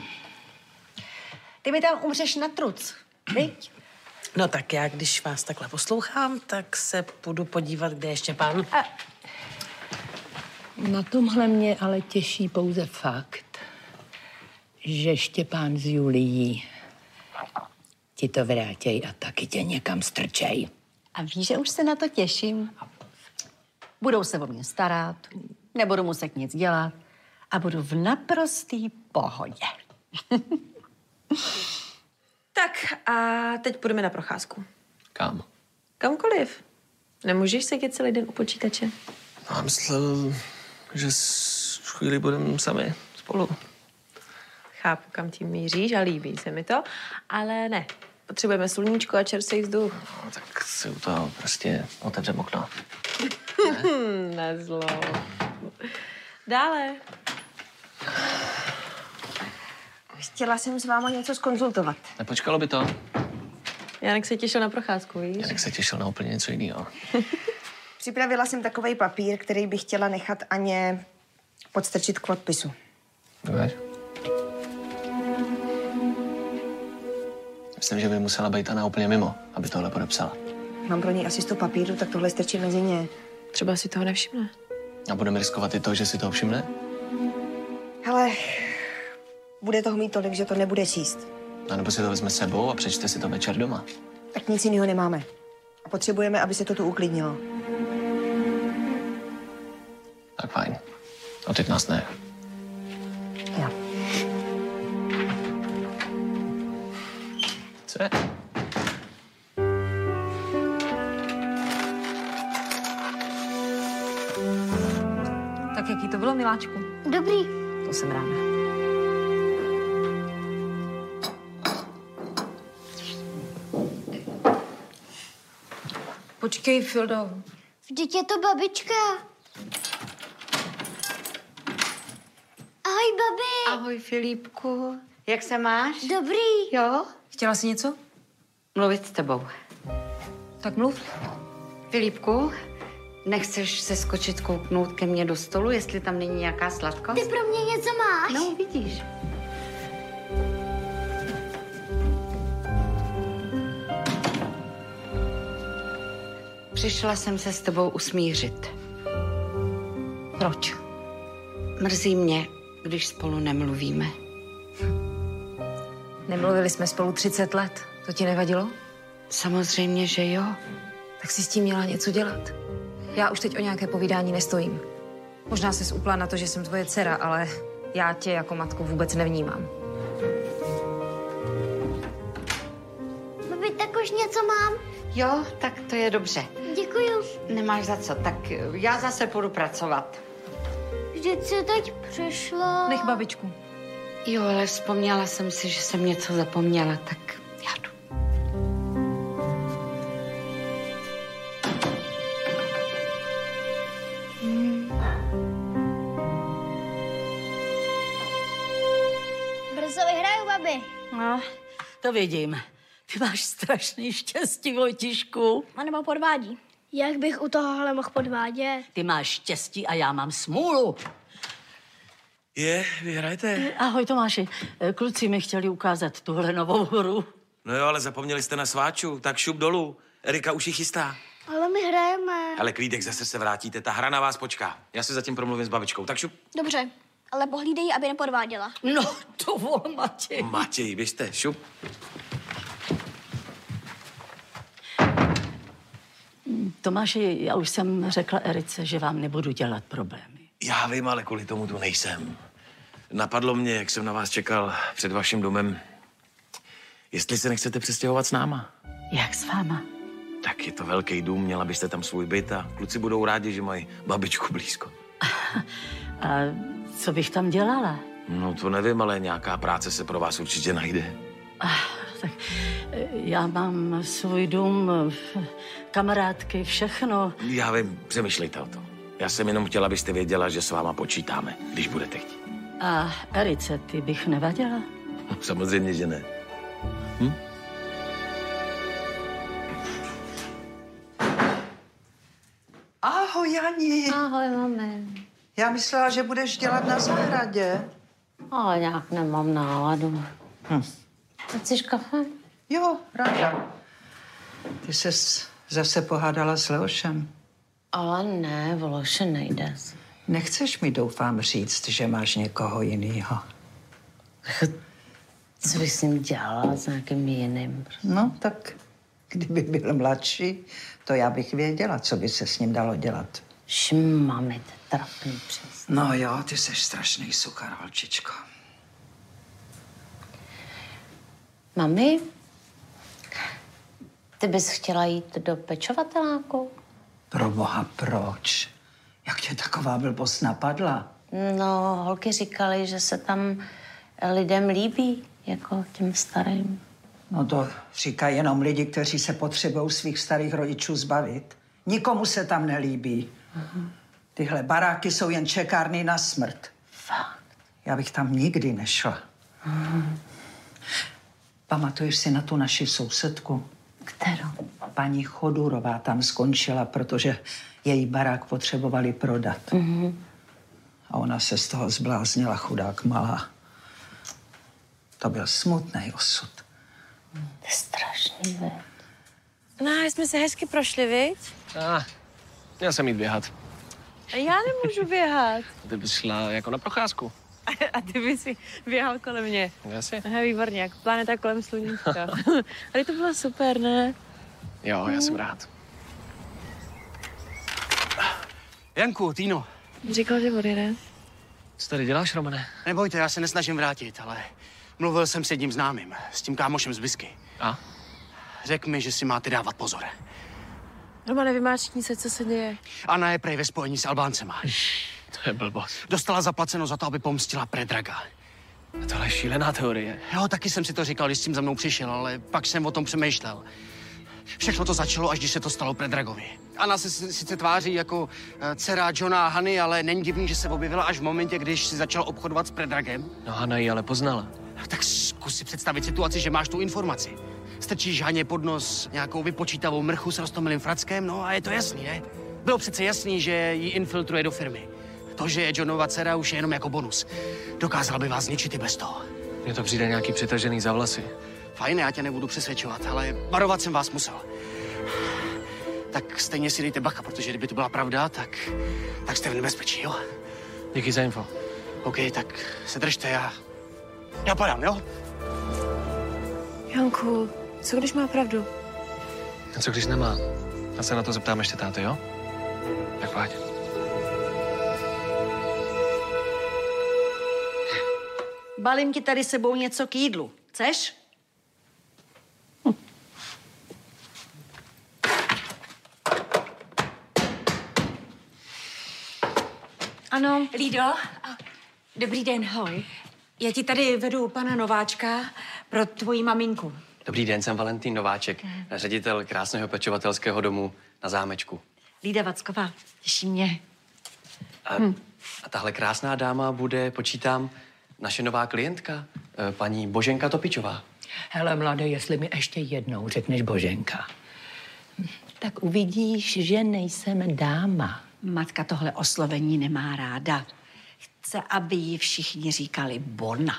Speaker 7: Ty mi tam umřeš na truc, viď?
Speaker 3: No tak já, když vás takhle poslouchám, tak se půjdu podívat, kde je Štěpán.
Speaker 20: Na tomhle mě ale těší pouze fakt, že Štěpán s Julií ti to vrátěj a taky tě někam strčej.
Speaker 7: A víš, že už se na to těším. Budou se o mě starat, nebudu muset nic dělat a budu v naprostý pohodě.
Speaker 2: Tak a teď půjdeme na procházku.
Speaker 5: Kam?
Speaker 2: Kamkoliv. Nemůžeš sedět celý den u počítače.
Speaker 5: Já No myslel, že s chvíli budeme sami spolu.
Speaker 2: Chápu, kam tím míříš a líbí se mi to, ale ne. Potřebujeme sluníčko a čerstvý vzduch.
Speaker 5: Tak si u toho prostě otevřem okno.
Speaker 2: Na zlo. Dále. Chtěla jsem s váma něco skonzultovat.
Speaker 5: Nepočkalo by to?
Speaker 2: Janek se těšil na procházku, víš?
Speaker 5: Janek se těšil na úplně něco jiného.
Speaker 2: Připravila jsem takový papír, který bych chtěla nechat Aně podstrčit k podpisu.
Speaker 5: Dobře. Myslím, že by musela být Ana úplně mimo, aby tohle podepsala.
Speaker 2: Mám pro ní asi 100 papíru, tak tohle strčí mezi ně. Třeba si toho nevšimne.
Speaker 5: A budeme riskovat i to, že si to všimne?
Speaker 2: Hele, bude toho mít tolik, že to nebude číst.
Speaker 5: A nebo si to vezme s sebou a přečte si to večer doma.
Speaker 2: Tak nic jiného nemáme. A potřebujeme, aby se to tu uklidnilo.
Speaker 5: Tak fajn. A teď nás ne.
Speaker 2: Jo.
Speaker 5: Co je?
Speaker 2: Tak jaký to bylo, miláčku?
Speaker 7: Dobrý.
Speaker 2: To jsem ráda.
Speaker 24: Počkej, Fildo.
Speaker 15: Vždyť je to babička. Ahoj, babi.
Speaker 13: Ahoj, Filipku. Jak se máš?
Speaker 15: Dobrý.
Speaker 13: Jo?
Speaker 24: Chtěla jsi něco?
Speaker 13: Mluvit s tebou.
Speaker 24: Tak mluv.
Speaker 13: Filipku, nechceš se skočit kouknout ke mně do stolu, jestli tam není nějaká sladkost?
Speaker 15: Ty pro mě něco máš?
Speaker 13: No, vidíš. Přišla jsem se s tebou usmířit. Proč? Mrzí mě, když spolu nemluvíme.
Speaker 24: Nemluvili jsme spolu 30 let. To ti nevadilo?
Speaker 13: Samozřejmě, že jo.
Speaker 24: Tak si s tím měla něco dělat. Já už teď o nějaké povídání nestojím. Možná se upla na to, že jsem tvoje dcera, ale já tě jako matku vůbec nevnímám.
Speaker 15: Babi, tak už něco mám.
Speaker 13: Jo, tak to je dobře.
Speaker 15: Děkuju.
Speaker 13: Nemáš za co, tak eh, já zase půjdu pracovat.
Speaker 15: Vždyť jsi teď přišla. Nech
Speaker 24: babičku.
Speaker 13: Jo, ale vzpomněla jsem si, že jsem něco zapomněla, tak já jdu.
Speaker 15: Brzo vyhraju, babi.
Speaker 26: No, to vidím. Ty máš strašný štěstí, Vojtišku.
Speaker 15: A nebo podvádí. Jak bych u tohohle mohl podvádět?
Speaker 26: Ty máš štěstí a já mám smůlu.
Speaker 17: Je, vyhrajete.
Speaker 26: Ahoj Tomáši, Eh, kluci mi chtěli ukázat tuhle novou hru.
Speaker 17: No jo, ale zapomněli jste na sváču, tak šup dolů. Erika už ji chystá.
Speaker 15: Ale my hrajeme.
Speaker 17: Ale klídek, zase se vrátíte, ta hra na vás počká. Já si zatím promluvím s babičkou, tak šup.
Speaker 15: Dobře, ale pohlídej, ji, aby nepodváděla.
Speaker 26: No, to vol, Matěj.
Speaker 17: Matěj, běžte, šup.
Speaker 26: Tomáši, já už jsem řekla Erice, že vám nebudu dělat problémy.
Speaker 17: Já vím, ale kvůli tomu tu nejsem. Napadlo mě, jak jsem na vás čekal před vaším domem, jestli se nechcete přestěhovat s náma.
Speaker 26: Jak s váma?
Speaker 17: Tak je to velký dům, měla byste tam svůj byt a kluci budou rádi, že mají babičku blízko.
Speaker 26: A co bych tam dělala?
Speaker 17: No to nevím, ale nějaká práce se pro vás určitě najde.
Speaker 26: Eh, Já mám svůj dům, eh, kamarádky, všechno.
Speaker 17: Já vím, přemýšlejte o tom. Já jsem jenom chtěla, abyste věděla, že s váma počítáme, když budete chtít.
Speaker 26: A Erice, ty bych nevadila?
Speaker 17: Samozřejmě, že ne.
Speaker 36: Ahoj, Jani.
Speaker 10: Ahoj, mami.
Speaker 36: Já myslela, že budeš dělat na zahradě.
Speaker 10: No, Ale nějak nemám náladu.
Speaker 36: Hm.
Speaker 10: Chceš kafe?
Speaker 36: Jo, ráda. Ty se zase pohádala s Leošem.
Speaker 10: Ale ne, Vološe nejde.
Speaker 36: Nechceš mi, doufám, říct, že máš někoho jiného.
Speaker 10: Co bych s ním dělala s nějakým jiným?
Speaker 36: No, tak kdyby byl mladší, to já bych věděla, co by se s ním dalo dělat.
Speaker 10: Šmami, to trapný přes.
Speaker 36: No jo, ty jsi strašný sukar, holčičko.
Speaker 10: Mami, ty bys chtěla jít do pečovateláku?
Speaker 36: Pro boha, proč? Jak tě taková blbost napadla?
Speaker 10: No, holky říkaly, že se tam lidem líbí, jako těm starým.
Speaker 36: No to říkají jenom lidi, kteří se potřebují svých starých rodičů zbavit. Nikomu se tam nelíbí. Tyhle baráky jsou jen čekárny na smrt. Fakt. Já bych tam nikdy nešla. Pamatuješ si na tu naši sousedku? Kterou? Paní Chodurová tam skončila, protože její barák potřebovali prodat. Mm-hmm. A ona se z toho zbláznila, chudák malá. To byl smutný osud.
Speaker 10: To je strašný, ve.
Speaker 3: No, jsme se hezky prošli, viď?
Speaker 5: Ah, měl jsem jít běhat.
Speaker 3: Já nemůžu běhat.
Speaker 5: Ty bys šla jako na procházku.
Speaker 3: A ty bys si běhal kolem mě.
Speaker 5: Jasně.
Speaker 3: Aha, výborně, jak planeta kolem sluníčka. Ale to bylo super, ne?
Speaker 5: Jo, já jsem rád.
Speaker 6: Janku, Týno.
Speaker 3: Říkal, že odjede.
Speaker 5: Co tady děláš, Romane?
Speaker 6: Nebojte, já se nesnažím vrátit, ale mluvil jsem s jedním známým, s tím kámošem z Bisky.
Speaker 5: A?
Speaker 6: Řekl mi, že si máte dávat pozor.
Speaker 3: Romane, No, vymáčkni se, co se děje.
Speaker 6: Anna je prej ve spojení s Albáncema.
Speaker 5: To je blbost.
Speaker 6: Dostala zaplaceno za to, aby pomstila Predraga.
Speaker 5: Tohle je šílená teorie.
Speaker 6: Jo, taky jsem si to říkal, když s tím za mnou přišel, ale pak jsem o tom přemýšlel. Všechno to začalo, až když se to stalo Predragovi. Anna se si- sice tváří jako eh, dcera Johna a Hany, ale není divný, že se objevila až v momentě, když si začal obchodovat s Predragem.
Speaker 5: No Hana ji ale poznala.
Speaker 6: Tak zkus si představit situaci, že máš tu informaci. Strčíš Haně pod nos nějakou vypočítavou mrchu s rostomilým frackem, no a je to jasný, ne? Bylo přece jasný, že ji infiltruje do firmy. To, že je Johnova dcera, už je jenom jako bonus. Dokázala by vás zničit i bez toho.
Speaker 5: Mně to přijde nějaký přitažený za vlasy.
Speaker 6: Fajn, já tě nebudu přesvědčovat, ale varovat jsem vás musel. tak stejně si dejte bacha, protože kdyby to byla pravda, tak, tak jste v nebezpečí, jo?
Speaker 5: Díky za info.
Speaker 6: OK, tak se držte, já, já padám, jo?
Speaker 3: Janku, co když má pravdu?
Speaker 5: A co když nemá? Já se na to zeptám ještě táty, jo? Tak pojď.
Speaker 7: Balím ti tady sebou něco k jídlu. Chceš?
Speaker 10: Ano.
Speaker 23: Lido, a- dobrý den, hoj. Já ti tady vedu pana Nováčka pro tvoji maminku.
Speaker 37: Dobrý den, jsem Valentín Nováček, eh, ředitel krásného pečovatelského domu na zámečku.
Speaker 10: Lída Vacková,
Speaker 23: těší mě.
Speaker 37: A,
Speaker 7: Hm.
Speaker 37: a tahle krásná dáma bude, počítám, naše nová klientka, eh, paní Boženka Topičová.
Speaker 20: Hele, mladé, jestli mi ještě jednou řekneš Boženka, tak uvidíš, že nejsem dáma.
Speaker 7: Matka tohle oslovení nemá ráda. Chce, aby jí všichni říkali Bona.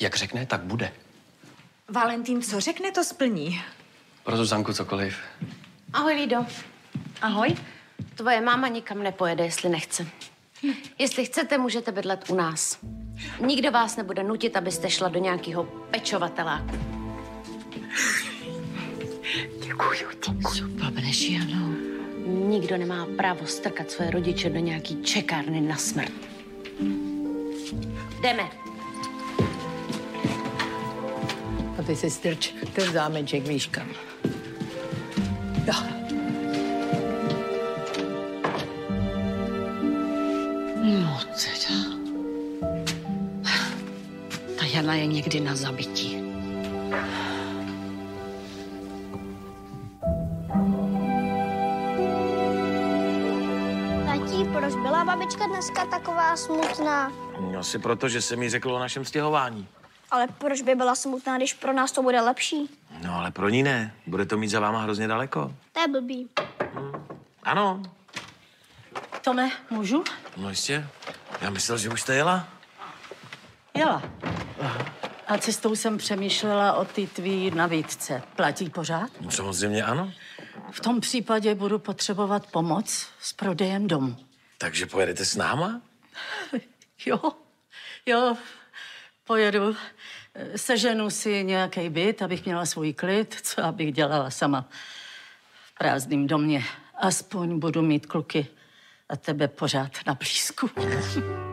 Speaker 37: Jak řekne, tak bude.
Speaker 23: Valentín, co řekne, to splní.
Speaker 37: Pro Zuzanku cokoliv.
Speaker 10: Ahoj, Lido. Ahoj. Tvoje máma nikam nepojede, jestli nechce.
Speaker 16: Hm.
Speaker 10: Jestli chcete, můžete bydlet u nás. Nikdo vás nebude nutit, abyste šla do nějakého pečovateláku. Děkuju, děkuju. Babneš,
Speaker 16: no.
Speaker 10: ano. Nikdo nemá právo strkat svoje rodiče do nějaký čekárny na smrt. Jdeme.
Speaker 20: A ty si strč ten zámeček, víš kam. Jo.
Speaker 38: No teda. Ta Jana je někdy na zabití.
Speaker 15: Tati, proč byla babička dneska taková smutná?
Speaker 17: No, Asi proto, že se mi řeklo o našem stěhování.
Speaker 15: Ale proč by byla smutná, když pro nás to bude lepší?
Speaker 17: No ale pro ní ne. Bude to mít za váma hrozně daleko.
Speaker 15: To je blbý.
Speaker 17: Ano.
Speaker 26: Tome, můžu?
Speaker 17: No jistě. Já myslel, že už jste jela.
Speaker 26: Jela. A cestou jsem přemýšlela o ty tvý navídce. Platí pořád?
Speaker 17: No samozřejmě ano.
Speaker 26: V tom případě budu potřebovat pomoc s prodejem domu.
Speaker 17: Takže pojedete s náma?
Speaker 26: Jo, jo, pojedu. Eh, Seženu si nějaký byt, abych měla svůj klid, co abych dělala sama v prázdném domě. Aspoň budu mít kluky a tebe pořád na blízku.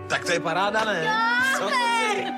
Speaker 17: Tak to je paráda, ne?
Speaker 15: Super!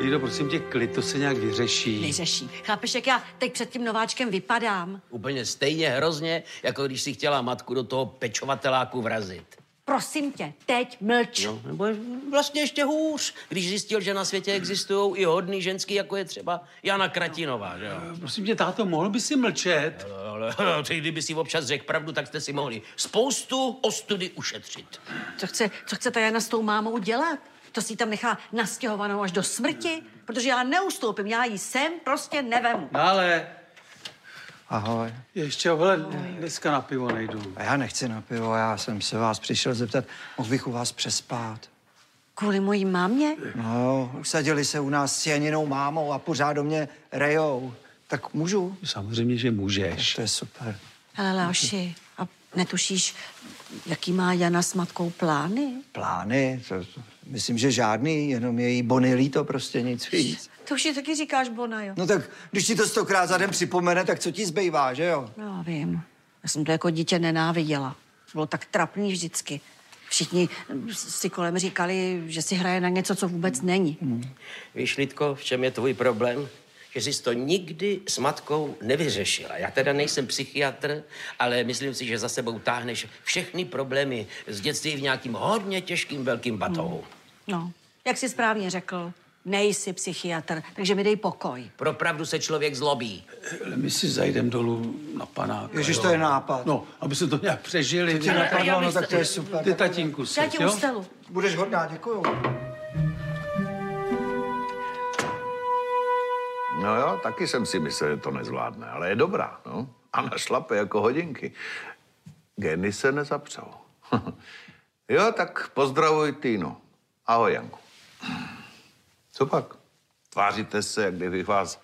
Speaker 9: Lido, prosím tě, klid, to se nějak vyřeší.
Speaker 7: Neřeší. Chápeš, jak já teď před tím nováčkem vypadám?
Speaker 8: Úplně stejně hrozně, jako když si chtěla matku do toho pečovateláku vrazit.
Speaker 7: Prosím tě, teď mlč.
Speaker 8: No, nebo je vlastně ještě hůř, když zjistil, že na světě existují i hodný ženský, jako je třeba Jana Kratinová, že jo?
Speaker 9: Prosím tě, táto, mohl by si mlčet?
Speaker 8: Ale, ale ty, kdyby si občas řekl pravdu, tak jste si mohli spoustu ostudy ušetřit.
Speaker 7: Co chce, co chce ta Jana s tou mámou dělat? To si ji tam nechá nastěhovanou až do smrti? Protože já neustoupím, já ji sem prostě nevemu.
Speaker 9: Ale
Speaker 11: Ahoj.
Speaker 9: ještě, hele, dneska na pivo nejdu.
Speaker 11: A já nechci na pivo, já jsem se vás přišel zeptat, mohl bych u vás přespát.
Speaker 7: Kvůli mojí mámě?
Speaker 11: No jo, usadili se u nás s Janinou mámou a pořád do mě rejou. Tak můžu?
Speaker 9: Samozřejmě, že můžeš.
Speaker 11: To je super.
Speaker 7: Hele, Leoši, a netušíš, jaký má Jana s matkou plány?
Speaker 11: Plány? To, to, myslím, že žádný, jenom její bony líto, prostě nic víc.
Speaker 7: To už je taky říkáš, Bona, jo?
Speaker 11: No tak, když ti to stokrát za den připomene, tak co ti zbývá, že jo?
Speaker 7: No, vím. Já jsem to jako dítě nenáviděla. Bylo tak trapný vždycky. Všichni si kolem říkali, že si hraje na něco, co vůbec není.
Speaker 8: Víš, Lidko, v čem je tvůj problém? Že jsi to nikdy s matkou nevyřešila. Já teda nejsem psychiatr, ale myslím si, že za sebou táhneš všechny problémy z dětství v nějakým hodně těžkým velkým batohu.
Speaker 7: No, jak jsi správně řekl, nejsi psychiatr, takže mi dej pokoj.
Speaker 8: Pro pravdu se člověk zlobí.
Speaker 9: Hele, my si zajdem dolů na panáka.
Speaker 11: Ježiš,
Speaker 9: jo.
Speaker 11: to je nápad.
Speaker 9: No, aby se to nějak přežili.
Speaker 11: To tě napadlo, no tak to je super.
Speaker 9: Ty tatínku,
Speaker 11: Já
Speaker 9: seď,
Speaker 11: ti
Speaker 9: jo?
Speaker 11: ustalu. Budeš hodná, děkuju.
Speaker 14: No jo, taky jsem si myslel, že to nezvládne, ale je dobrá, no. A našlape jako hodinky. Geny se nezapřou. jo, tak pozdravuj Týnu. Ahoj, Janku. Co pak? Tváříte se, jak kdybych vás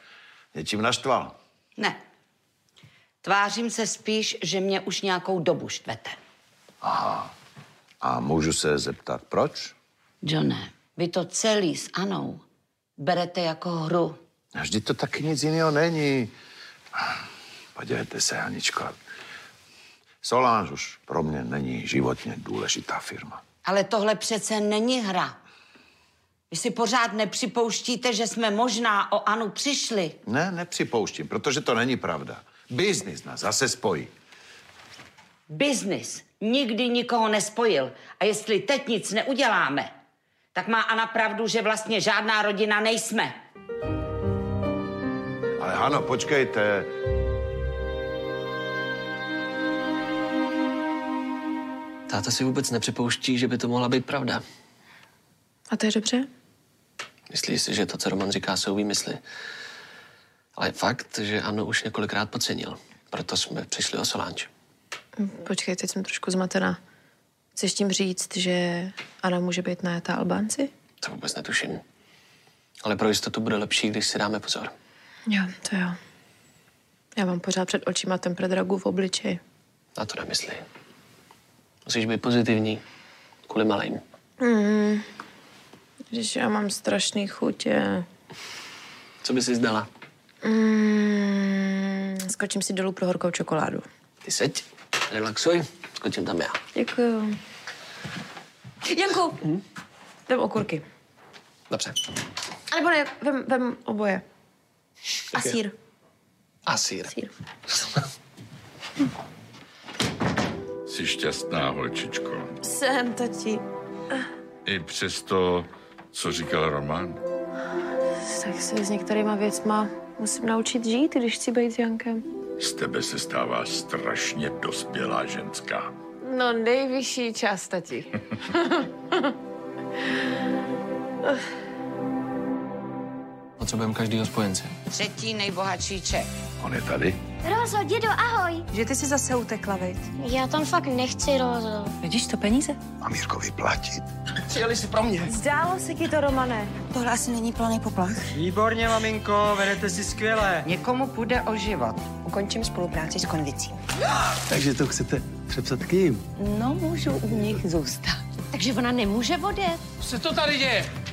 Speaker 14: něčím naštval.
Speaker 13: Ne. Tvářím se spíš, že mě už nějakou dobu štvete.
Speaker 14: Aha. A můžu se zeptat, proč?
Speaker 13: Johne, vy to celý s Anou berete jako hru.
Speaker 14: A Vždyť to taky nic jiného není. Podívejte se, Aničko. Solange už pro mě není životně důležitá firma.
Speaker 13: Ale tohle přece není hra. Vy si pořád nepřipouštíte, že jsme možná o Anu přišli.
Speaker 14: Ne, nepřipouštím, protože to není pravda. Biznis nás zase spojí.
Speaker 13: Biznis nikdy nikoho nespojil. A jestli teď nic neuděláme, tak má Ana pravdu, že vlastně žádná rodina nejsme.
Speaker 14: Ale Hano, počkejte.
Speaker 5: Táta si vůbec nepřipouští, že by to mohla být pravda.
Speaker 3: A to je dobře?
Speaker 5: Myslí si, že to, co Roman říká, jsou výmysly. Ale je fakt, že ano, už několikrát podcenil. Proto jsme přišli o Solange.
Speaker 3: Hm, Počkej, teď jsem trošku zmatená. Chceš tím říct, že Anna může být najatá Albánci?
Speaker 5: To vůbec netuším. Ale pro jistotu bude lepší, když si dáme pozor.
Speaker 3: Jo, to jo. Já mám pořád před očima ten predragu v obličeji.
Speaker 5: Na to nemyslí. Musíš být pozitivní. Kvůli malým.
Speaker 3: Hmm. Když já mám strašný chutě.
Speaker 5: Co by si zdala?
Speaker 3: Mm, skočím si dolů pro horkou čokoládu.
Speaker 5: Ty seď, relaxuj, skočím tam já.
Speaker 3: Děkuju. Janku, hmm? vem okurky.
Speaker 5: Dobře.
Speaker 3: A nebo ne, vem, vem oboje. A
Speaker 5: Tak jo.
Speaker 3: sír.
Speaker 5: A sír.
Speaker 3: sír.
Speaker 39: Jsi šťastná holčičko.
Speaker 3: Jsem, tati.
Speaker 39: I přes to, co říkal Roman.
Speaker 3: Tak se s některýma věcma musím naučit žít, když chci být s Jankem.
Speaker 39: Z tebe se stává strašně dospělá ženská.
Speaker 3: No, nejvyšší čas, tati.
Speaker 5: Potřebujeme každýho spojence.
Speaker 13: Třetí nejbohatší Čech.
Speaker 39: On je tady?
Speaker 40: Rozo, dědo, ahoj.
Speaker 16: Že ty si zase utekla, viď?
Speaker 40: Já tam fakt nechci, Rozo.
Speaker 16: Vidíš to peníze?
Speaker 14: A Mírkovi platí.
Speaker 31: Přijeli si pro mě.
Speaker 16: Zdálo se ti to, Romane. Tohle asi není planý poplach.
Speaker 2: Výborně, maminko, vedete si skvěle.
Speaker 16: Někomu půjde o život. Ukončím spolupráci s konvicí.
Speaker 9: Takže to chcete přepsat k ním?
Speaker 16: No, můžu u nich zůstat.
Speaker 10: Takže ona nemůže odjet.
Speaker 31: Co se to tady děje?